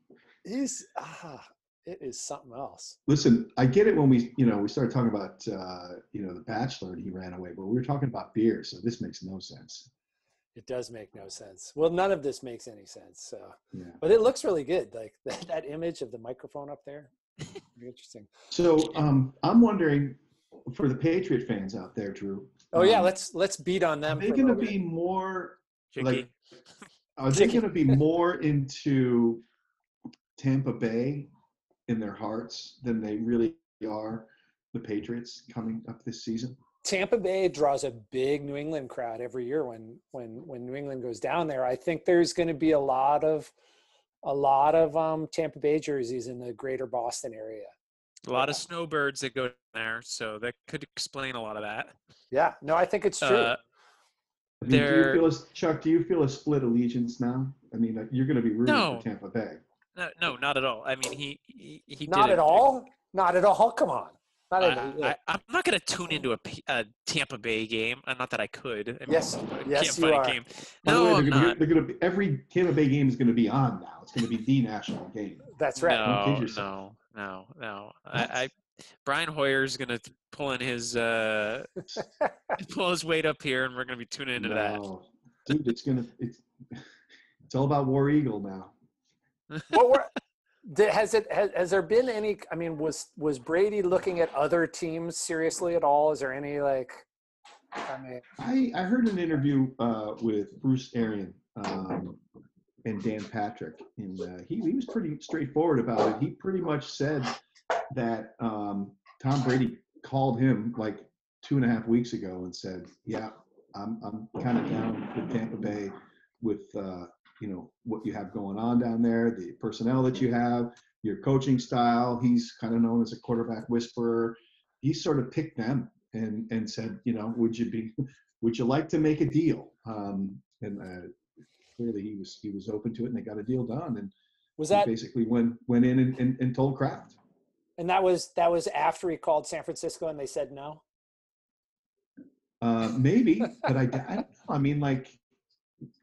[SPEAKER 2] is ah it is something else.
[SPEAKER 4] Listen, I get it when we, you know, we started talking about, uh, you know, the Bachelor and he ran away, but we were talking about beer, so this makes no sense.
[SPEAKER 2] It does make no sense. Well, none of this makes any sense. So.
[SPEAKER 4] Yeah.
[SPEAKER 2] But it looks really good, like (laughs) that, that image of the microphone up there. Pretty interesting.
[SPEAKER 4] So um, I'm wondering for the Patriot fans out there, Drew.
[SPEAKER 2] Oh yeah,
[SPEAKER 4] um,
[SPEAKER 2] let's let's beat on them.
[SPEAKER 4] are they
[SPEAKER 2] for a
[SPEAKER 4] going to
[SPEAKER 2] little
[SPEAKER 4] be more?
[SPEAKER 3] Chicky.
[SPEAKER 4] Like- Are they
[SPEAKER 2] Chicken.
[SPEAKER 4] going to be more into Tampa Bay in their hearts than they really are? The Patriots coming up this season.
[SPEAKER 2] bit. Tampa Bay draws a big New England crowd every year when when when New England goes down there. I think there's going to be a lot of a lot of um, Tampa Bay jerseys in the greater Boston area.
[SPEAKER 3] a lot of snowbirds that go there, so that could explain a lot of that.
[SPEAKER 2] Yeah, no, I think it's true.
[SPEAKER 3] Uh,
[SPEAKER 4] I mean, do you
[SPEAKER 3] They're-
[SPEAKER 4] feel a, Chuck? Do you feel a split allegiance now? I mean, like, you're going to be rooting
[SPEAKER 3] No.
[SPEAKER 4] for Tampa Bay.
[SPEAKER 3] no, no, not at all. I mean, he he, he
[SPEAKER 2] Not
[SPEAKER 3] did
[SPEAKER 2] at
[SPEAKER 3] a-
[SPEAKER 2] all. Not at all. Come on. Not at all.
[SPEAKER 3] I, I, I'm not going to tune into a, P- a Tampa Bay game. Uh, not that I could. I mean,
[SPEAKER 2] Yes,
[SPEAKER 3] I
[SPEAKER 2] yes,
[SPEAKER 3] can't
[SPEAKER 2] you
[SPEAKER 3] find
[SPEAKER 2] are.
[SPEAKER 3] a game.
[SPEAKER 4] By the way,
[SPEAKER 3] No, I'm
[SPEAKER 4] they're gonna
[SPEAKER 3] not.
[SPEAKER 4] be, they're going to be every Tampa Bay game is going to be on now. It's going to be the national game.
[SPEAKER 2] That's right.
[SPEAKER 4] Don't kid
[SPEAKER 3] No,
[SPEAKER 4] yourself.
[SPEAKER 3] no, no, no. I, I Brian Hoyer's going to pull in
[SPEAKER 2] (laughs)
[SPEAKER 3] his uh, pull his weight up here, and we're going to be tuning into that.
[SPEAKER 4] No. Dude, it's gonna it's it's all about War Eagle now.
[SPEAKER 2] what were did, has it has, has there been any i mean was was brady looking at other teams seriously at all is there any like i mean
[SPEAKER 4] I, I heard an interview uh, with Bruce Arian um, and Dan Patrick, and uh, he, he was pretty straightforward about it. He pretty much said that um, Tom Brady called him like two and a half weeks ago and said, "Yeah, I'm I'm kind of down with Tampa Bay, with uh, you know what you have going on down there, the personnel that you have, your coaching style. He's kind of known as a quarterback whisperer. He sort of picked them." And, and said, you know, would you be would you like to make a deal? Um, and uh, clearly he was he was open to it, and they got a deal done. And
[SPEAKER 2] was
[SPEAKER 4] he
[SPEAKER 2] that
[SPEAKER 4] basically went went in and, and, and told Kraft.
[SPEAKER 2] and that was that was after he called san francisco and they said no
[SPEAKER 4] Uh, maybe, but I, I don't know. I mean, like,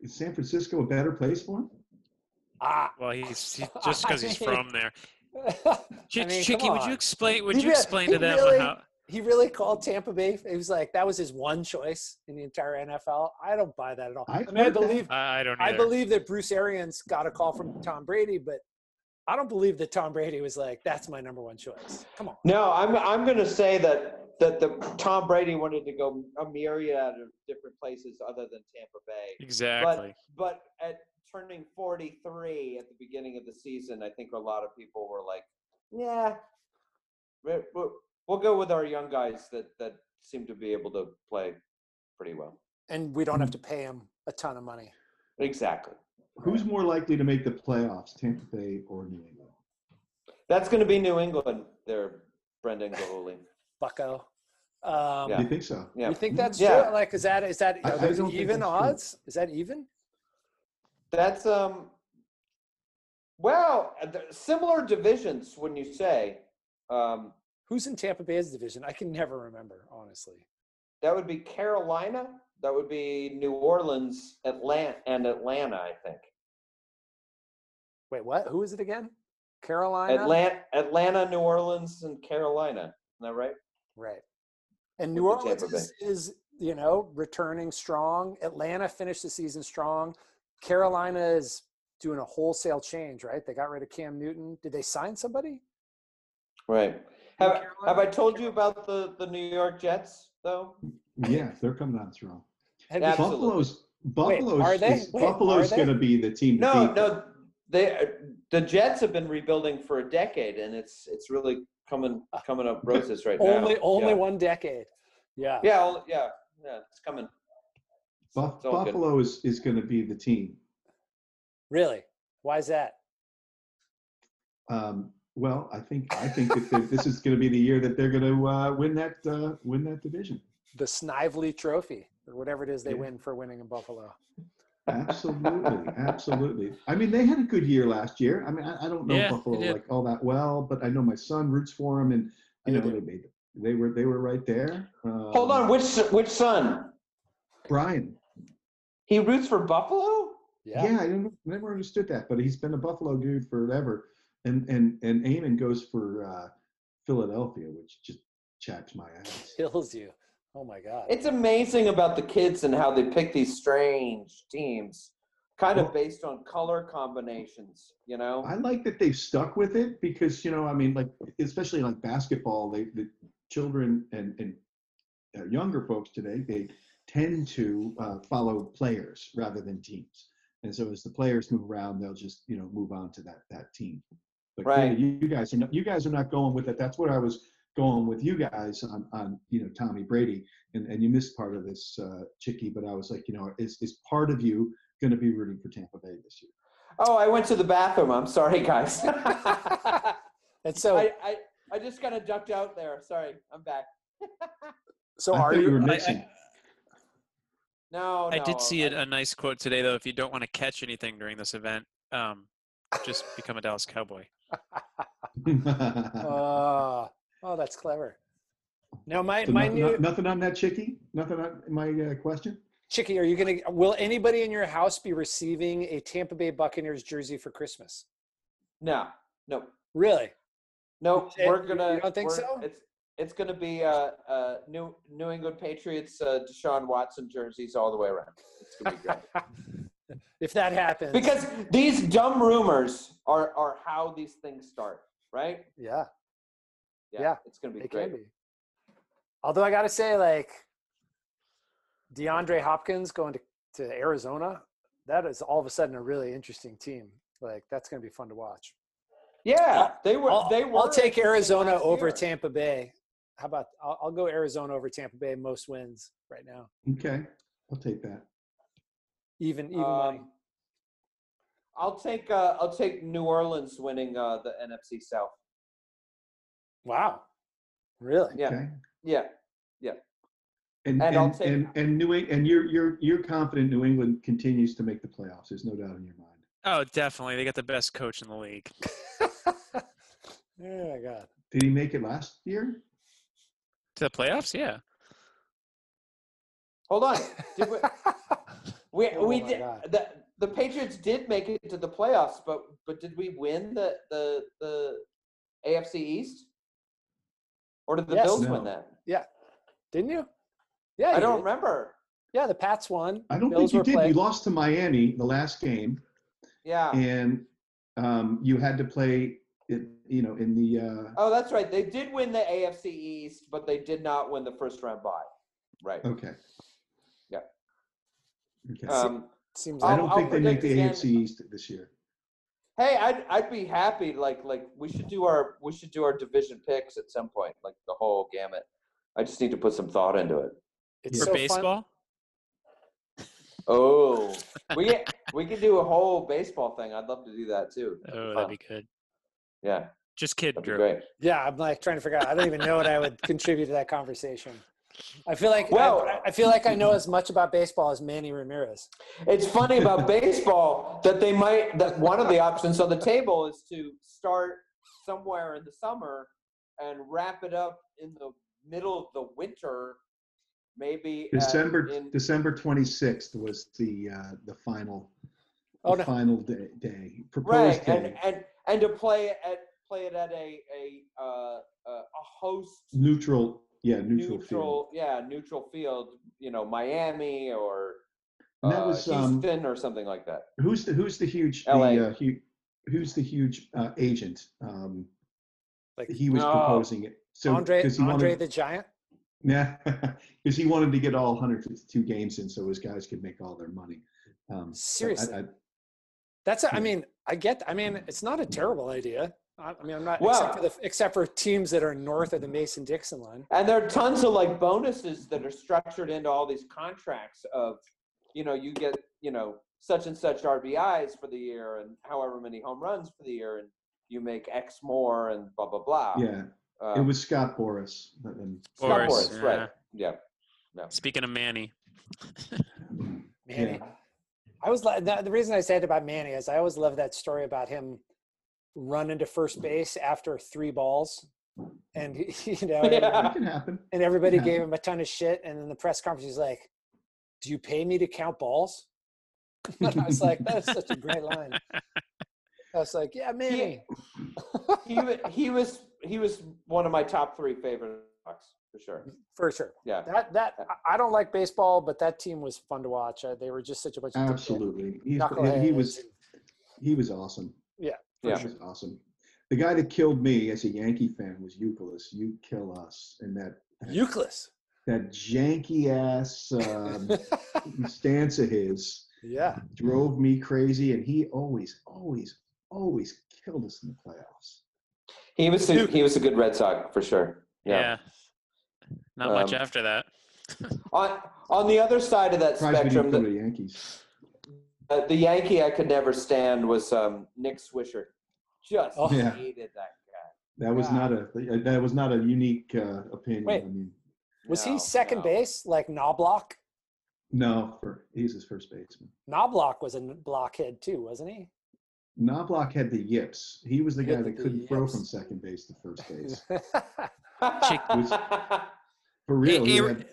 [SPEAKER 4] is San Francisco a better place for him?
[SPEAKER 2] ah (laughs)
[SPEAKER 3] Well, he's he, just because he's
[SPEAKER 2] I mean-
[SPEAKER 3] from there.
[SPEAKER 2] I
[SPEAKER 3] Ch-
[SPEAKER 2] mean,
[SPEAKER 3] Chicky,
[SPEAKER 2] come
[SPEAKER 3] would you
[SPEAKER 2] on.
[SPEAKER 3] explain? Would
[SPEAKER 2] He
[SPEAKER 3] you
[SPEAKER 2] rea-
[SPEAKER 3] explain
[SPEAKER 2] he
[SPEAKER 3] to them
[SPEAKER 2] really-
[SPEAKER 3] how?
[SPEAKER 2] he really called tampa bay it was like that was his one choice in the entire nfl i don't buy that at all i,
[SPEAKER 4] I've
[SPEAKER 2] mean i
[SPEAKER 4] heard that.
[SPEAKER 2] believe
[SPEAKER 3] I I don't.
[SPEAKER 2] i
[SPEAKER 3] Either.
[SPEAKER 2] believe that bruce arians got a call from tom brady but i don't believe that tom brady was like that's my number one choice come on
[SPEAKER 1] No, I'm I'm gonna say that that the Tom Brady wanted to go a myriad of different places other than Tampa Bay.
[SPEAKER 3] Exactly.
[SPEAKER 1] But at turning 43 at the beginning of the season, I think a lot of people were like, "Yeah, we- we- we'll go with our young guys that that seem to be able to play pretty well."
[SPEAKER 2] and we don't have to pay him a ton of money.
[SPEAKER 1] Exactly.
[SPEAKER 4] Who's more likely to make the playoffs, Tampa Bay or New England?
[SPEAKER 1] That's going to be New England there, Brendan Gahuli.
[SPEAKER 2] Bucko. Um,
[SPEAKER 4] Do
[SPEAKER 1] Yeah.
[SPEAKER 4] you think so?
[SPEAKER 1] Yeah,
[SPEAKER 2] You think that's
[SPEAKER 1] Yeah.
[SPEAKER 2] true? Like, is that is that
[SPEAKER 4] I-
[SPEAKER 2] are
[SPEAKER 4] I
[SPEAKER 2] those
[SPEAKER 4] don't think
[SPEAKER 2] even
[SPEAKER 4] that's true.
[SPEAKER 2] odds? Is that even?
[SPEAKER 1] that's um. Well, uh, th- similar divisions, wouldn't you say? Um,
[SPEAKER 2] Who's in Tampa Bay's division? I can never remember, honestly.
[SPEAKER 1] that would be Carolina. That would be New Orleans, Atlanta, and Atlanta. I think
[SPEAKER 2] Wait, what? Who is it again? Carolina.
[SPEAKER 1] Atlanta, Atlanta, New Orleans, and Carolina. Isn't that right?
[SPEAKER 2] Right. And New
[SPEAKER 1] Would be
[SPEAKER 2] Orleans
[SPEAKER 1] Tampa Bay.
[SPEAKER 2] is, is, you know, returning strong. Atlanta finished the season strong. Carolina is doing a wholesale change, right? They got rid of Cam Newton. Did they sign somebody?
[SPEAKER 1] Right. Have, have I told you about the, the New York Jets though?
[SPEAKER 4] Yeah, they're coming on strong.
[SPEAKER 2] Have
[SPEAKER 1] Yeah,
[SPEAKER 2] you-
[SPEAKER 1] Absolutely.
[SPEAKER 4] Buffalo's Buffalo's
[SPEAKER 2] are they?
[SPEAKER 4] is-
[SPEAKER 2] Wait,
[SPEAKER 4] Buffalo's
[SPEAKER 2] are they?
[SPEAKER 4] going to be the team. to
[SPEAKER 1] No,
[SPEAKER 4] beat.
[SPEAKER 1] no, they the Jets have been rebuilding for a decade, and it's it's really coming coming up roses right now.
[SPEAKER 2] only only
[SPEAKER 1] yeah.
[SPEAKER 2] one decade. Yeah.
[SPEAKER 1] Yeah, only- yeah, yeah, it's coming.
[SPEAKER 4] Buff-
[SPEAKER 1] It's all good.
[SPEAKER 4] Buffalo is, is going to be the team.
[SPEAKER 2] Really? Why is that?
[SPEAKER 4] Um, well, I think I think that th- this is going to be the year that they're going to uh, win that uh, win that division.
[SPEAKER 2] The Snively Trophy or whatever it is they
[SPEAKER 4] Yeah.
[SPEAKER 2] win for winning in Buffalo.
[SPEAKER 4] Absolutely, absolutely. I mean, they had a good year last year. I mean, I, I don't know
[SPEAKER 3] Yeah, they
[SPEAKER 4] Buffalo
[SPEAKER 3] did.
[SPEAKER 4] like all that well, but I know my son roots for them, and you
[SPEAKER 2] Yeah,
[SPEAKER 4] know they made they were they were right there. Um,
[SPEAKER 1] Hold on, which which son?
[SPEAKER 4] Brian.
[SPEAKER 1] He roots for Buffalo.
[SPEAKER 2] Yeah.
[SPEAKER 4] Yeah, I didn't, never understood that, but he's been a Buffalo dude forever, and and and Eamon goes for uh, Philadelphia, which just chaps my ass.
[SPEAKER 2] (laughs) Kills you. Oh my God.
[SPEAKER 1] It's amazing about the kids and how they pick these strange teams, kind of based on color combinations. You know,
[SPEAKER 4] I like that they've stuck with it because you know, I mean, like especially like basketball, they the children and and uh, younger folks today they tend to uh, follow players rather than teams, and so as the players move around, they'll just you know move on to that that team. But
[SPEAKER 1] Right.
[SPEAKER 4] clearly you guys are not, you guys are not going with it. That's what I was going with you guys on on you know Tommy Brady, and and you missed part of this uh, Chicky, but I was like, you know, is is part of you going to be rooting for Tampa Bay this year?
[SPEAKER 1] Oh, I went to the bathroom. I'm sorry,
[SPEAKER 2] (laughs)
[SPEAKER 1] guys. (laughs) I,
[SPEAKER 2] and so
[SPEAKER 1] I, I just kind of ducked out there. Sorry, I'm back.
[SPEAKER 2] so
[SPEAKER 4] I
[SPEAKER 2] are
[SPEAKER 4] thought
[SPEAKER 2] you
[SPEAKER 4] were
[SPEAKER 3] I-
[SPEAKER 4] mixing.
[SPEAKER 3] I,
[SPEAKER 1] No,
[SPEAKER 3] I
[SPEAKER 1] oh, no,
[SPEAKER 3] did see uh
[SPEAKER 1] I-
[SPEAKER 3] a, a nice quote today, though. If you don't want to catch anything during this event, um, just become a Dallas Cowboy.
[SPEAKER 2] uh, oh that's clever. Now my
[SPEAKER 4] (laughs) So
[SPEAKER 2] my
[SPEAKER 4] nothing,
[SPEAKER 2] new
[SPEAKER 4] nothing on that chickie? Nothing on my uh, question?
[SPEAKER 2] Chicky, are you gonna will anybody in your house be receiving a Tampa Bay Buccaneers jersey for Christmas?
[SPEAKER 1] no, no,
[SPEAKER 2] Really?
[SPEAKER 1] no.
[SPEAKER 2] You-
[SPEAKER 1] We're
[SPEAKER 2] you
[SPEAKER 1] gonna.
[SPEAKER 2] don't think
[SPEAKER 1] we're-
[SPEAKER 2] so?
[SPEAKER 1] It's it's gonna be uh, uh, New New England Patriots uh, Deshaun Watson jerseys all the way around. It's
[SPEAKER 2] (laughs)
[SPEAKER 1] gonna be great.
[SPEAKER 2] if that happens.
[SPEAKER 1] because these dumb rumors are are how these things start, right?
[SPEAKER 2] yeah, Yeah,
[SPEAKER 1] it's gonna be
[SPEAKER 2] it
[SPEAKER 1] great.
[SPEAKER 2] can be. Although I gotta say, like DeAndre Hopkins going to, to Arizona, that is all of a sudden a really interesting team. Like that's gonna be fun to watch.
[SPEAKER 1] Yeah, they were.
[SPEAKER 2] I'll,
[SPEAKER 1] they
[SPEAKER 2] I'll
[SPEAKER 1] were.
[SPEAKER 2] take
[SPEAKER 1] interesting
[SPEAKER 2] Arizona
[SPEAKER 1] last
[SPEAKER 2] over
[SPEAKER 1] year.
[SPEAKER 2] Tampa Bay. How about I'll, I'll go Arizona over Tampa Bay most wins right now.
[SPEAKER 4] Okay, I'll take that.
[SPEAKER 2] Even even money.
[SPEAKER 1] Um, I'll take uh, I'll take New Orleans winning uh, the NFC South.
[SPEAKER 2] Wow. Really?
[SPEAKER 1] Yeah,
[SPEAKER 4] Okay.
[SPEAKER 1] yeah.
[SPEAKER 4] And
[SPEAKER 1] And
[SPEAKER 4] and
[SPEAKER 1] I'll
[SPEAKER 4] and,
[SPEAKER 1] take-
[SPEAKER 4] and, New England, and you're you're you're confident New England continues to make the playoffs. There's no doubt in your mind.
[SPEAKER 3] Oh, definitely. They got the best coach in the league.
[SPEAKER 2] Oh my god.
[SPEAKER 4] Did he make it last year?
[SPEAKER 3] To the playoffs? Yeah.
[SPEAKER 2] (laughs)
[SPEAKER 1] Hold on, did we, we,
[SPEAKER 2] Oh
[SPEAKER 1] we
[SPEAKER 2] my
[SPEAKER 1] did
[SPEAKER 2] God.
[SPEAKER 1] the the Patriots did make it to the playoffs, but but did we win the the the AFC East? Or did the
[SPEAKER 2] Yes.
[SPEAKER 1] Bills
[SPEAKER 4] No.
[SPEAKER 1] win that?
[SPEAKER 2] Didn't you? Yeah,
[SPEAKER 1] I
[SPEAKER 2] you
[SPEAKER 1] don't
[SPEAKER 2] did.
[SPEAKER 1] remember.
[SPEAKER 2] Yeah, the Pats won.
[SPEAKER 4] I don't
[SPEAKER 2] Bills
[SPEAKER 4] think
[SPEAKER 2] were
[SPEAKER 4] you did.
[SPEAKER 2] playing-
[SPEAKER 4] You lost to Miami the last game,
[SPEAKER 1] Yeah.
[SPEAKER 4] and um, you had to play. It, you know, in the uh,
[SPEAKER 1] Oh, that's right. They did win the AFC East, but they did not win the first round bye. Right.
[SPEAKER 4] okay.
[SPEAKER 1] Yeah.
[SPEAKER 4] Okay.
[SPEAKER 1] Um,
[SPEAKER 2] Seems
[SPEAKER 4] I
[SPEAKER 2] like
[SPEAKER 1] I'll-
[SPEAKER 4] don't
[SPEAKER 1] I'll
[SPEAKER 4] think they make
[SPEAKER 1] predict
[SPEAKER 4] the
[SPEAKER 1] again-
[SPEAKER 4] AFC East this year.
[SPEAKER 1] Hey, I'd I'd be happy. Like like we should do our we should do our division picks at some point. Like the whole gamut. I just need to put some thought into it.
[SPEAKER 2] it's
[SPEAKER 3] For
[SPEAKER 2] so fun.
[SPEAKER 3] baseball?
[SPEAKER 1] Oh, we get, we could do a whole baseball thing. I'd love to do that too.
[SPEAKER 3] Oh,
[SPEAKER 1] fun.
[SPEAKER 3] that'd be good.
[SPEAKER 1] Yeah,
[SPEAKER 3] Just kidding,
[SPEAKER 1] that'd be
[SPEAKER 3] Drew.
[SPEAKER 1] great.
[SPEAKER 2] Yeah, I'm like trying to figure out. I don't even know what I would contribute to that conversation. I feel like I-
[SPEAKER 1] Well-
[SPEAKER 2] I, I feel like I know as much about baseball as Manny Ramirez.
[SPEAKER 1] It's funny about baseball that they might that one of the options on the table is to start somewhere in the summer and wrap it up in the middle of the winter, maybe
[SPEAKER 2] uh,
[SPEAKER 1] at-
[SPEAKER 4] December
[SPEAKER 1] in,
[SPEAKER 4] December twenty sixth was the uh, the final
[SPEAKER 2] Oh
[SPEAKER 4] the
[SPEAKER 2] no,
[SPEAKER 4] final day, day proposed
[SPEAKER 1] right and,
[SPEAKER 4] day
[SPEAKER 1] and and to play it at play it at a a uh, a a host
[SPEAKER 4] neutral yeah
[SPEAKER 1] neutral,
[SPEAKER 4] neutral, field
[SPEAKER 1] yeah neutral field you know Miami or
[SPEAKER 4] and that
[SPEAKER 1] uh,
[SPEAKER 4] was um
[SPEAKER 1] Houston or something like that.
[SPEAKER 4] who's the who's the huge
[SPEAKER 1] LA.
[SPEAKER 4] the, uh, hu- who's the huge uh, agent um
[SPEAKER 2] Like oh,
[SPEAKER 4] he was
[SPEAKER 1] No.
[SPEAKER 4] proposing it. (laughs) So
[SPEAKER 2] Andre,
[SPEAKER 4] 'cause he
[SPEAKER 2] Andre
[SPEAKER 4] (laughs) wanted,
[SPEAKER 2] the Giant.
[SPEAKER 4] yeah, because he wanted to get all 152 games in so his guys could make all their money. Um, but I-
[SPEAKER 2] Seriously.
[SPEAKER 4] I,
[SPEAKER 2] That's. A, I
[SPEAKER 4] Yeah.
[SPEAKER 2] mean, I get. I mean, it's not a terrible idea. I I mean, I'm not
[SPEAKER 1] Well-
[SPEAKER 2] except for the except for teams that are north of the Mason-Dixon line.
[SPEAKER 1] And there are tons of like bonuses that are structured into all these contracts of, you know, you get, you know, such and such RBIs for the year and however many home runs for the year and you make X more and blah, blah, blah.
[SPEAKER 4] yeah,
[SPEAKER 1] Uh,
[SPEAKER 4] it was Scott Boris. And,
[SPEAKER 1] Scott
[SPEAKER 3] Boris,
[SPEAKER 1] Boris, right. Yeah.
[SPEAKER 3] Speaking of Manny,
[SPEAKER 2] Manny.
[SPEAKER 4] Yeah.
[SPEAKER 2] I was li- the, the reason I said about Manny is I always love that story about him running to first base after three balls, and (laughs) he, you know, (laughs)
[SPEAKER 1] Yeah.
[SPEAKER 4] It can happen.
[SPEAKER 2] and everybody
[SPEAKER 4] Yeah.
[SPEAKER 2] gave him a ton of shit. And in the press conference, he's like, "Do you pay me to count balls?" (laughs) I was like, "That's such a great line." I was like, "Yeah, Manny."
[SPEAKER 1] He, wa- he was he was one of my top three favorite Bucks for sure.
[SPEAKER 2] for sure."
[SPEAKER 1] Yeah.
[SPEAKER 2] That that I- I don't like baseball, but that team was fun to watch. Uh, they were just such a bunch of
[SPEAKER 4] Absolutely. He's-
[SPEAKER 2] knuckleheads.
[SPEAKER 4] he was he was awesome.
[SPEAKER 2] Yeah,
[SPEAKER 4] He
[SPEAKER 1] for
[SPEAKER 4] was awesome. The guy that killed me as a Yankee fan was Euclid. You kill us, and that
[SPEAKER 2] Euclid.
[SPEAKER 4] that janky ass um, stance of his
[SPEAKER 2] (laughs) yeah,
[SPEAKER 4] drove me crazy, and he always, always, always killed us in the playoffs.
[SPEAKER 1] He was a, he was a good Red Sox for sure.
[SPEAKER 3] yeah,
[SPEAKER 1] Yeah.
[SPEAKER 3] not much
[SPEAKER 1] Um,
[SPEAKER 3] after that. (laughs)
[SPEAKER 1] On on the other side of that
[SPEAKER 4] Surprised we
[SPEAKER 1] spectrum,
[SPEAKER 4] didn't go to
[SPEAKER 1] the,
[SPEAKER 4] the Yankees.
[SPEAKER 1] uh, the Yankee I could never stand was um, Nick Swisher. Just
[SPEAKER 2] Oh.
[SPEAKER 4] Yeah.
[SPEAKER 1] hated that guy.
[SPEAKER 4] That was
[SPEAKER 2] Yeah.
[SPEAKER 4] not a that was not a unique uh, opinion.
[SPEAKER 2] Wait.
[SPEAKER 4] I mean,
[SPEAKER 2] was
[SPEAKER 1] No,
[SPEAKER 2] he second
[SPEAKER 1] no.
[SPEAKER 2] base like Knobloch?
[SPEAKER 4] no, for, he's his first baseman.
[SPEAKER 2] Knobloch was a n- blockhead too, wasn't he?
[SPEAKER 4] Knobloch had the yips. He was the
[SPEAKER 2] He
[SPEAKER 4] guy
[SPEAKER 2] had
[SPEAKER 4] that
[SPEAKER 2] the
[SPEAKER 4] couldn't throw
[SPEAKER 2] yips.
[SPEAKER 4] from second base to
[SPEAKER 2] (laughs)
[SPEAKER 4] first base.
[SPEAKER 1] (laughs)
[SPEAKER 3] Chick-
[SPEAKER 4] For real, he
[SPEAKER 3] A-
[SPEAKER 4] had-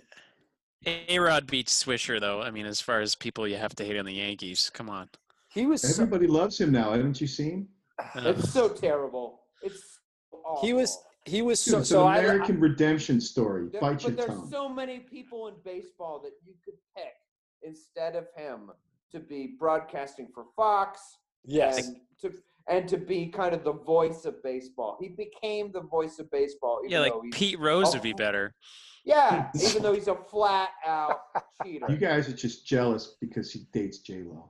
[SPEAKER 3] A Rod beats Swisher though. I mean, as far as people you have to hate on the Yankees, come on.
[SPEAKER 2] he was so,
[SPEAKER 4] everybody loves him now. Haven't you seen?
[SPEAKER 3] Uh,
[SPEAKER 1] it's so terrible. It's so awful.
[SPEAKER 2] he was he was
[SPEAKER 4] Dude,
[SPEAKER 2] so
[SPEAKER 4] it's an
[SPEAKER 2] so I, I
[SPEAKER 4] American redemption story.
[SPEAKER 1] There-
[SPEAKER 4] Bite your
[SPEAKER 1] but there's
[SPEAKER 4] tongue.
[SPEAKER 1] so many people in baseball that you could pick instead of him to be broadcasting for Fox
[SPEAKER 2] yes
[SPEAKER 1] and to and to be kind of the voice of baseball. He became the voice of baseball. Even
[SPEAKER 3] yeah, like
[SPEAKER 1] though he's,
[SPEAKER 3] Pete Rose would be
[SPEAKER 1] Oh.
[SPEAKER 3] better. (laughs)
[SPEAKER 1] Yeah, even though he's a flat out cheater.
[SPEAKER 4] you guys are just jealous because he dates J Lo.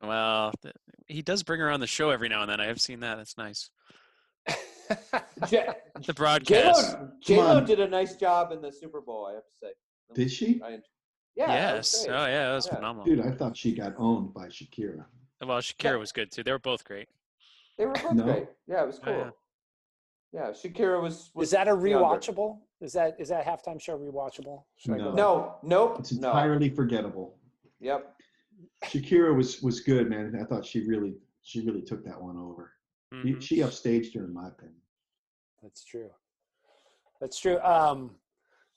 [SPEAKER 3] Well, th- he does bring her on the show every now and then. I have seen that. That's nice.
[SPEAKER 1] J-
[SPEAKER 3] The broadcast.
[SPEAKER 1] J-Lo, J-Lo
[SPEAKER 4] Come on.
[SPEAKER 1] did a nice job in the Super Bowl, I have to say.
[SPEAKER 4] Did she?
[SPEAKER 1] I, yeah, that was
[SPEAKER 3] yes.
[SPEAKER 1] great.
[SPEAKER 3] Oh yeah, that was
[SPEAKER 1] Yeah.
[SPEAKER 3] phenomenal.
[SPEAKER 4] Dude, I thought she got owned by Shakira.
[SPEAKER 3] Well, Shakira was good too. They were both great.
[SPEAKER 1] They were both
[SPEAKER 4] No.
[SPEAKER 1] great. Yeah, it was
[SPEAKER 3] Oh, yeah.
[SPEAKER 1] cool. Yeah, Shakira was, was
[SPEAKER 2] is that a
[SPEAKER 1] younger.
[SPEAKER 2] rewatchable? Is that is that halftime show rewatchable? Should I go
[SPEAKER 4] No.
[SPEAKER 2] back?
[SPEAKER 1] No, nope,
[SPEAKER 4] It's
[SPEAKER 1] no.
[SPEAKER 4] entirely forgettable.
[SPEAKER 1] Yep.
[SPEAKER 4] Shakira was was good, man. I thought she really she really took that one over. He-
[SPEAKER 2] Mm-hmm.
[SPEAKER 3] Mhm.
[SPEAKER 4] She upstaged her, in my opinion.
[SPEAKER 2] That's true. That's true. Um,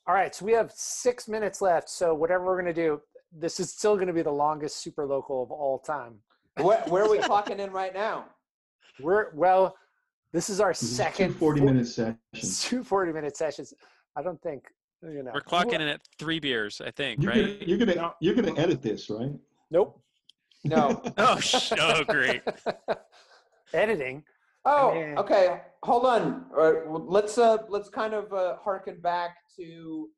[SPEAKER 2] all right, so we have six minutes left. So whatever we're gonna do, this is still gonna be the longest super local of all time.
[SPEAKER 1] Where, where are we clocking in right now?
[SPEAKER 2] We're well, this is our
[SPEAKER 4] This is two
[SPEAKER 2] second
[SPEAKER 4] 40
[SPEAKER 2] (laughs)
[SPEAKER 4] minute sessions.
[SPEAKER 2] two 40 minute sessions. I don't think you know.
[SPEAKER 3] We're clocking in at three beers, I think,
[SPEAKER 4] You're
[SPEAKER 3] right? (laughs)
[SPEAKER 4] gonna you're gonna
[SPEAKER 2] No.
[SPEAKER 4] you're gonna edit this, right?
[SPEAKER 2] Nope.
[SPEAKER 1] No.
[SPEAKER 3] Oh, sh- (laughs) oh, great.
[SPEAKER 2] (laughs) Editing.
[SPEAKER 1] Oh,
[SPEAKER 2] mean-
[SPEAKER 1] okay. Hold on. All right, well, let's uh, let's kind of uh, harken back to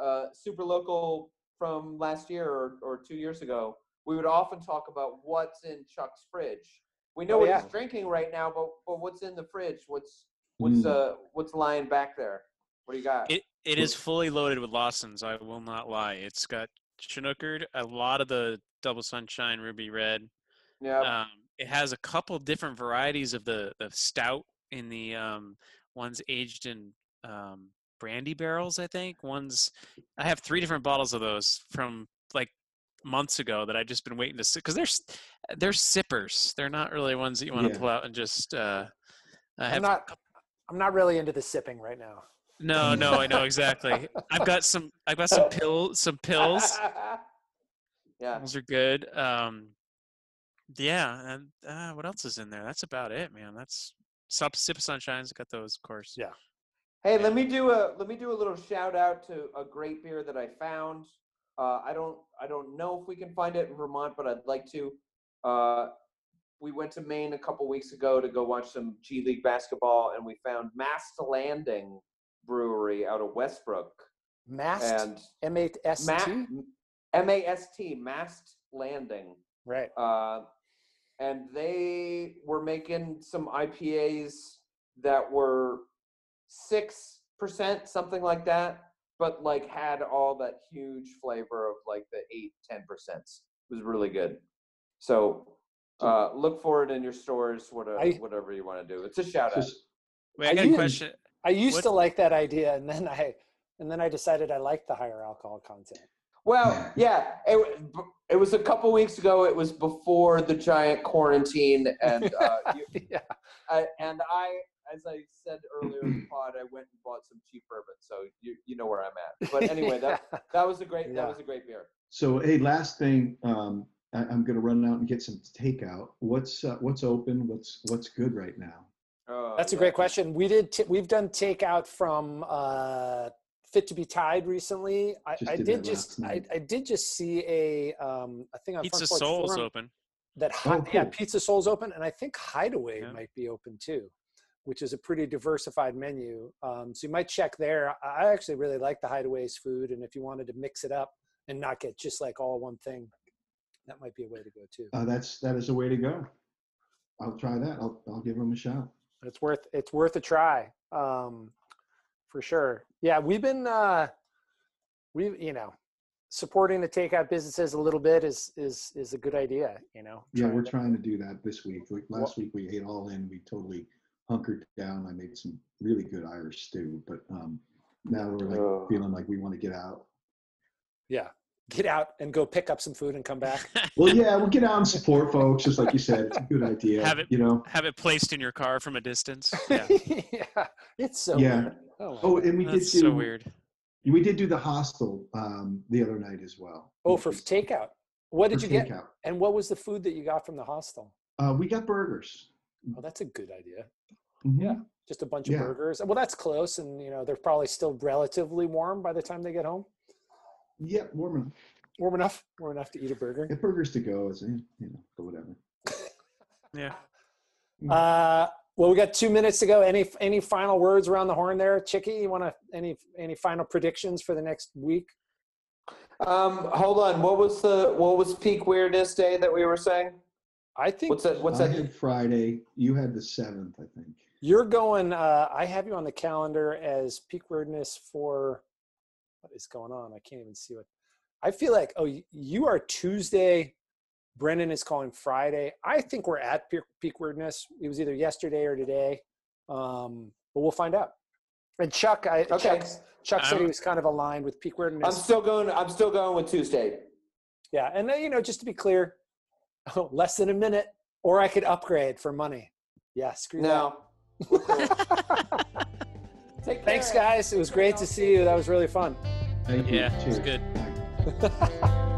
[SPEAKER 1] uh, super local from last year or, or two years ago. We would often talk about what's in Chuck's fridge. We know
[SPEAKER 2] Oh,
[SPEAKER 1] what
[SPEAKER 2] yeah.
[SPEAKER 1] he's drinking right now, but but what's in the fridge? What's what's
[SPEAKER 4] Mm.
[SPEAKER 1] uh what's lying back there? What do you got?
[SPEAKER 3] It it is fully loaded with Lawson's. I will not lie. It's got Chinookered, a lot of the Double Sunshine, Ruby Red.
[SPEAKER 1] yeah.
[SPEAKER 3] Um, it has a couple different varieties of the the stout in the um, ones aged in um, brandy barrels. I think ones. I have three different bottles of those from like months ago that I've just been waiting to sip because they're s- they're sippers. They're not really ones that you want to
[SPEAKER 4] Yeah.
[SPEAKER 3] pull out and just. Uh, I
[SPEAKER 2] I'm
[SPEAKER 3] have
[SPEAKER 2] not I'm not really into the sipping right now.
[SPEAKER 3] no, no, I know exactly. I've got some. I've
[SPEAKER 2] (laughs)
[SPEAKER 3] got some pill. Some pills.
[SPEAKER 1] (laughs) yeah.
[SPEAKER 3] Those are good. Um, yeah, and uh, what else is in there? That's about it, man. That's Sup Sip of Sunshine's got those, of course.
[SPEAKER 2] Yeah.
[SPEAKER 1] Hey, let me do a let me do a little shout out to a great beer that I found. Uh, I don't I don't know if we can find it in Vermont, but I'd like to. Uh, we went to Maine a couple weeks ago to go watch some G League basketball, and we found Mast Landing Brewery out of Westbrook.
[SPEAKER 2] Mast,
[SPEAKER 1] And
[SPEAKER 2] M A S T,
[SPEAKER 1] M A S T, Mast Landing.
[SPEAKER 2] right?
[SPEAKER 1] Uh, and they were making some IPAs that were six percent, something like that, but like had all that huge flavor of like the eight, ten percent. It was really good. So uh, look for it in your stores, whatever,
[SPEAKER 2] I-
[SPEAKER 1] whatever you want to do. It's a shout out.
[SPEAKER 4] Just-
[SPEAKER 3] Wait,
[SPEAKER 2] I
[SPEAKER 3] I got a
[SPEAKER 2] didn't-
[SPEAKER 3] question.
[SPEAKER 2] I used
[SPEAKER 3] What-
[SPEAKER 2] to like that idea, and then I, and then I decided I liked the higher alcohol content.
[SPEAKER 1] Well, yeah, it, wa- b- it was a couple weeks ago. It was before the giant quarantine, and uh, you,
[SPEAKER 2] yeah,
[SPEAKER 1] I, and I, as I said earlier
[SPEAKER 2] (clears throat)
[SPEAKER 1] in the pod, I went and bought some cheap bourbon, so you you know where I'm at.
[SPEAKER 2] (laughs)
[SPEAKER 1] But anyway, that that was a great
[SPEAKER 2] Yeah.
[SPEAKER 1] that was a great beer.
[SPEAKER 4] So, hey, last thing, um, I, I'm gonna run out and get some takeout. What's, uh, what's open? What's, what's good right now?
[SPEAKER 1] Oh,
[SPEAKER 2] that's a
[SPEAKER 1] yeah.
[SPEAKER 2] great question. We did. T- we've done takeout from uh, Fit to Be Tied recently. I,
[SPEAKER 4] Just
[SPEAKER 2] I
[SPEAKER 4] did
[SPEAKER 2] did,
[SPEAKER 4] that
[SPEAKER 2] just.
[SPEAKER 4] last
[SPEAKER 2] I,
[SPEAKER 4] night.
[SPEAKER 2] I did just see a um, a thing on
[SPEAKER 3] Pizza
[SPEAKER 2] Front Porch
[SPEAKER 3] Soul's
[SPEAKER 2] Forum
[SPEAKER 3] open.
[SPEAKER 2] that
[SPEAKER 4] Oh,
[SPEAKER 2] hi- yeah,
[SPEAKER 4] cool.
[SPEAKER 2] Pizza Soul's open, and I think Hideaway
[SPEAKER 3] Yeah.
[SPEAKER 2] might be open too, which is a pretty diversified menu. Um, so you might check there. I I actually really like the Hideaway's food, and if you wanted to mix it up and not get just like all one thing, that might be a way to go too.
[SPEAKER 4] Uh, that's, that is a way to go. I'll try that. I'll, I'll give them a shout.
[SPEAKER 2] It's worth it's worth a try, um, for sure. Yeah, we've been uh, we you know supporting the takeout businesses a little bit is is is a good idea. You know,
[SPEAKER 4] Yeah,
[SPEAKER 2] trying
[SPEAKER 4] we're
[SPEAKER 2] to-
[SPEAKER 4] trying to do that this week. Like last week, we ate all in. We totally hunkered down. I made some really good Irish stew, but um, now we're like
[SPEAKER 1] Oh.
[SPEAKER 4] feeling like we want to get out.
[SPEAKER 2] yeah get out and go pick up some food and come back.
[SPEAKER 4] Well, yeah, we'll get out and support folks, just like you said. It's a good idea.
[SPEAKER 3] Have it-
[SPEAKER 4] you know.
[SPEAKER 3] Have it placed in your car from
[SPEAKER 2] (laughs)
[SPEAKER 3] a distance.
[SPEAKER 2] yeah.
[SPEAKER 3] Yeah.
[SPEAKER 2] it's so
[SPEAKER 4] Yeah.
[SPEAKER 2] weird. Oh, my
[SPEAKER 4] Oh,
[SPEAKER 2] God.
[SPEAKER 4] and we did
[SPEAKER 3] That's
[SPEAKER 4] do.
[SPEAKER 3] so weird.
[SPEAKER 4] We did do the hostel um, the other night as well.
[SPEAKER 2] oh, for takeout. What did
[SPEAKER 4] for
[SPEAKER 2] you get?
[SPEAKER 4] takeout.
[SPEAKER 2] And what was the food that you got from the hostel?
[SPEAKER 4] Uh, we got burgers.
[SPEAKER 2] Oh, that's a good idea.
[SPEAKER 4] Mhm.
[SPEAKER 2] Yeah. Just a bunch of
[SPEAKER 4] Mm. Yeah.
[SPEAKER 2] burgers. Well, that's close, and you know they're probably still relatively warm by the time they get home.
[SPEAKER 4] Yeah, warm enough.
[SPEAKER 2] Warm enough, warm enough to eat a burger.
[SPEAKER 4] Yeah, burgers to go is in, you know, but whatever.
[SPEAKER 3] Yeah.
[SPEAKER 2] Uh, well, we got two minutes to go. Any any final words around the horn there, Chicky? You want to any any final predictions for the next week?
[SPEAKER 1] Um, hold on. What was the what was peak weirdness day that we were saying?
[SPEAKER 2] I think
[SPEAKER 1] What's that? What's
[SPEAKER 4] I
[SPEAKER 1] that?
[SPEAKER 4] had Friday. You had the seventh, I think.
[SPEAKER 2] You're going. Uh, I have you on the calendar as peak weirdness for what is going on. I can't even see what. I feel like oh, y- you are Tuesday. Brendan is calling Friday. I think we're at peak, peak weirdness. It was either yesterday or today, um, but we'll find out. And Chuck, I,
[SPEAKER 1] Okay.
[SPEAKER 2] Chuck, Chuck said he
[SPEAKER 3] I'm-
[SPEAKER 2] was kind of aligned with peak weirdness.
[SPEAKER 1] I'm still going. I'm still going with Tuesday.
[SPEAKER 2] Yeah, and then, you know, just to be clear, (laughs) less than a minute, or I could upgrade for money. Yeah, screw
[SPEAKER 1] No.
[SPEAKER 2] that.
[SPEAKER 1] Take
[SPEAKER 2] Thanks,
[SPEAKER 1] care.
[SPEAKER 2] guys. It was great to see you. That was really fun.
[SPEAKER 4] Thank you.
[SPEAKER 3] Yeah, it's
[SPEAKER 4] Cheers.
[SPEAKER 3] good.
[SPEAKER 4] Bye.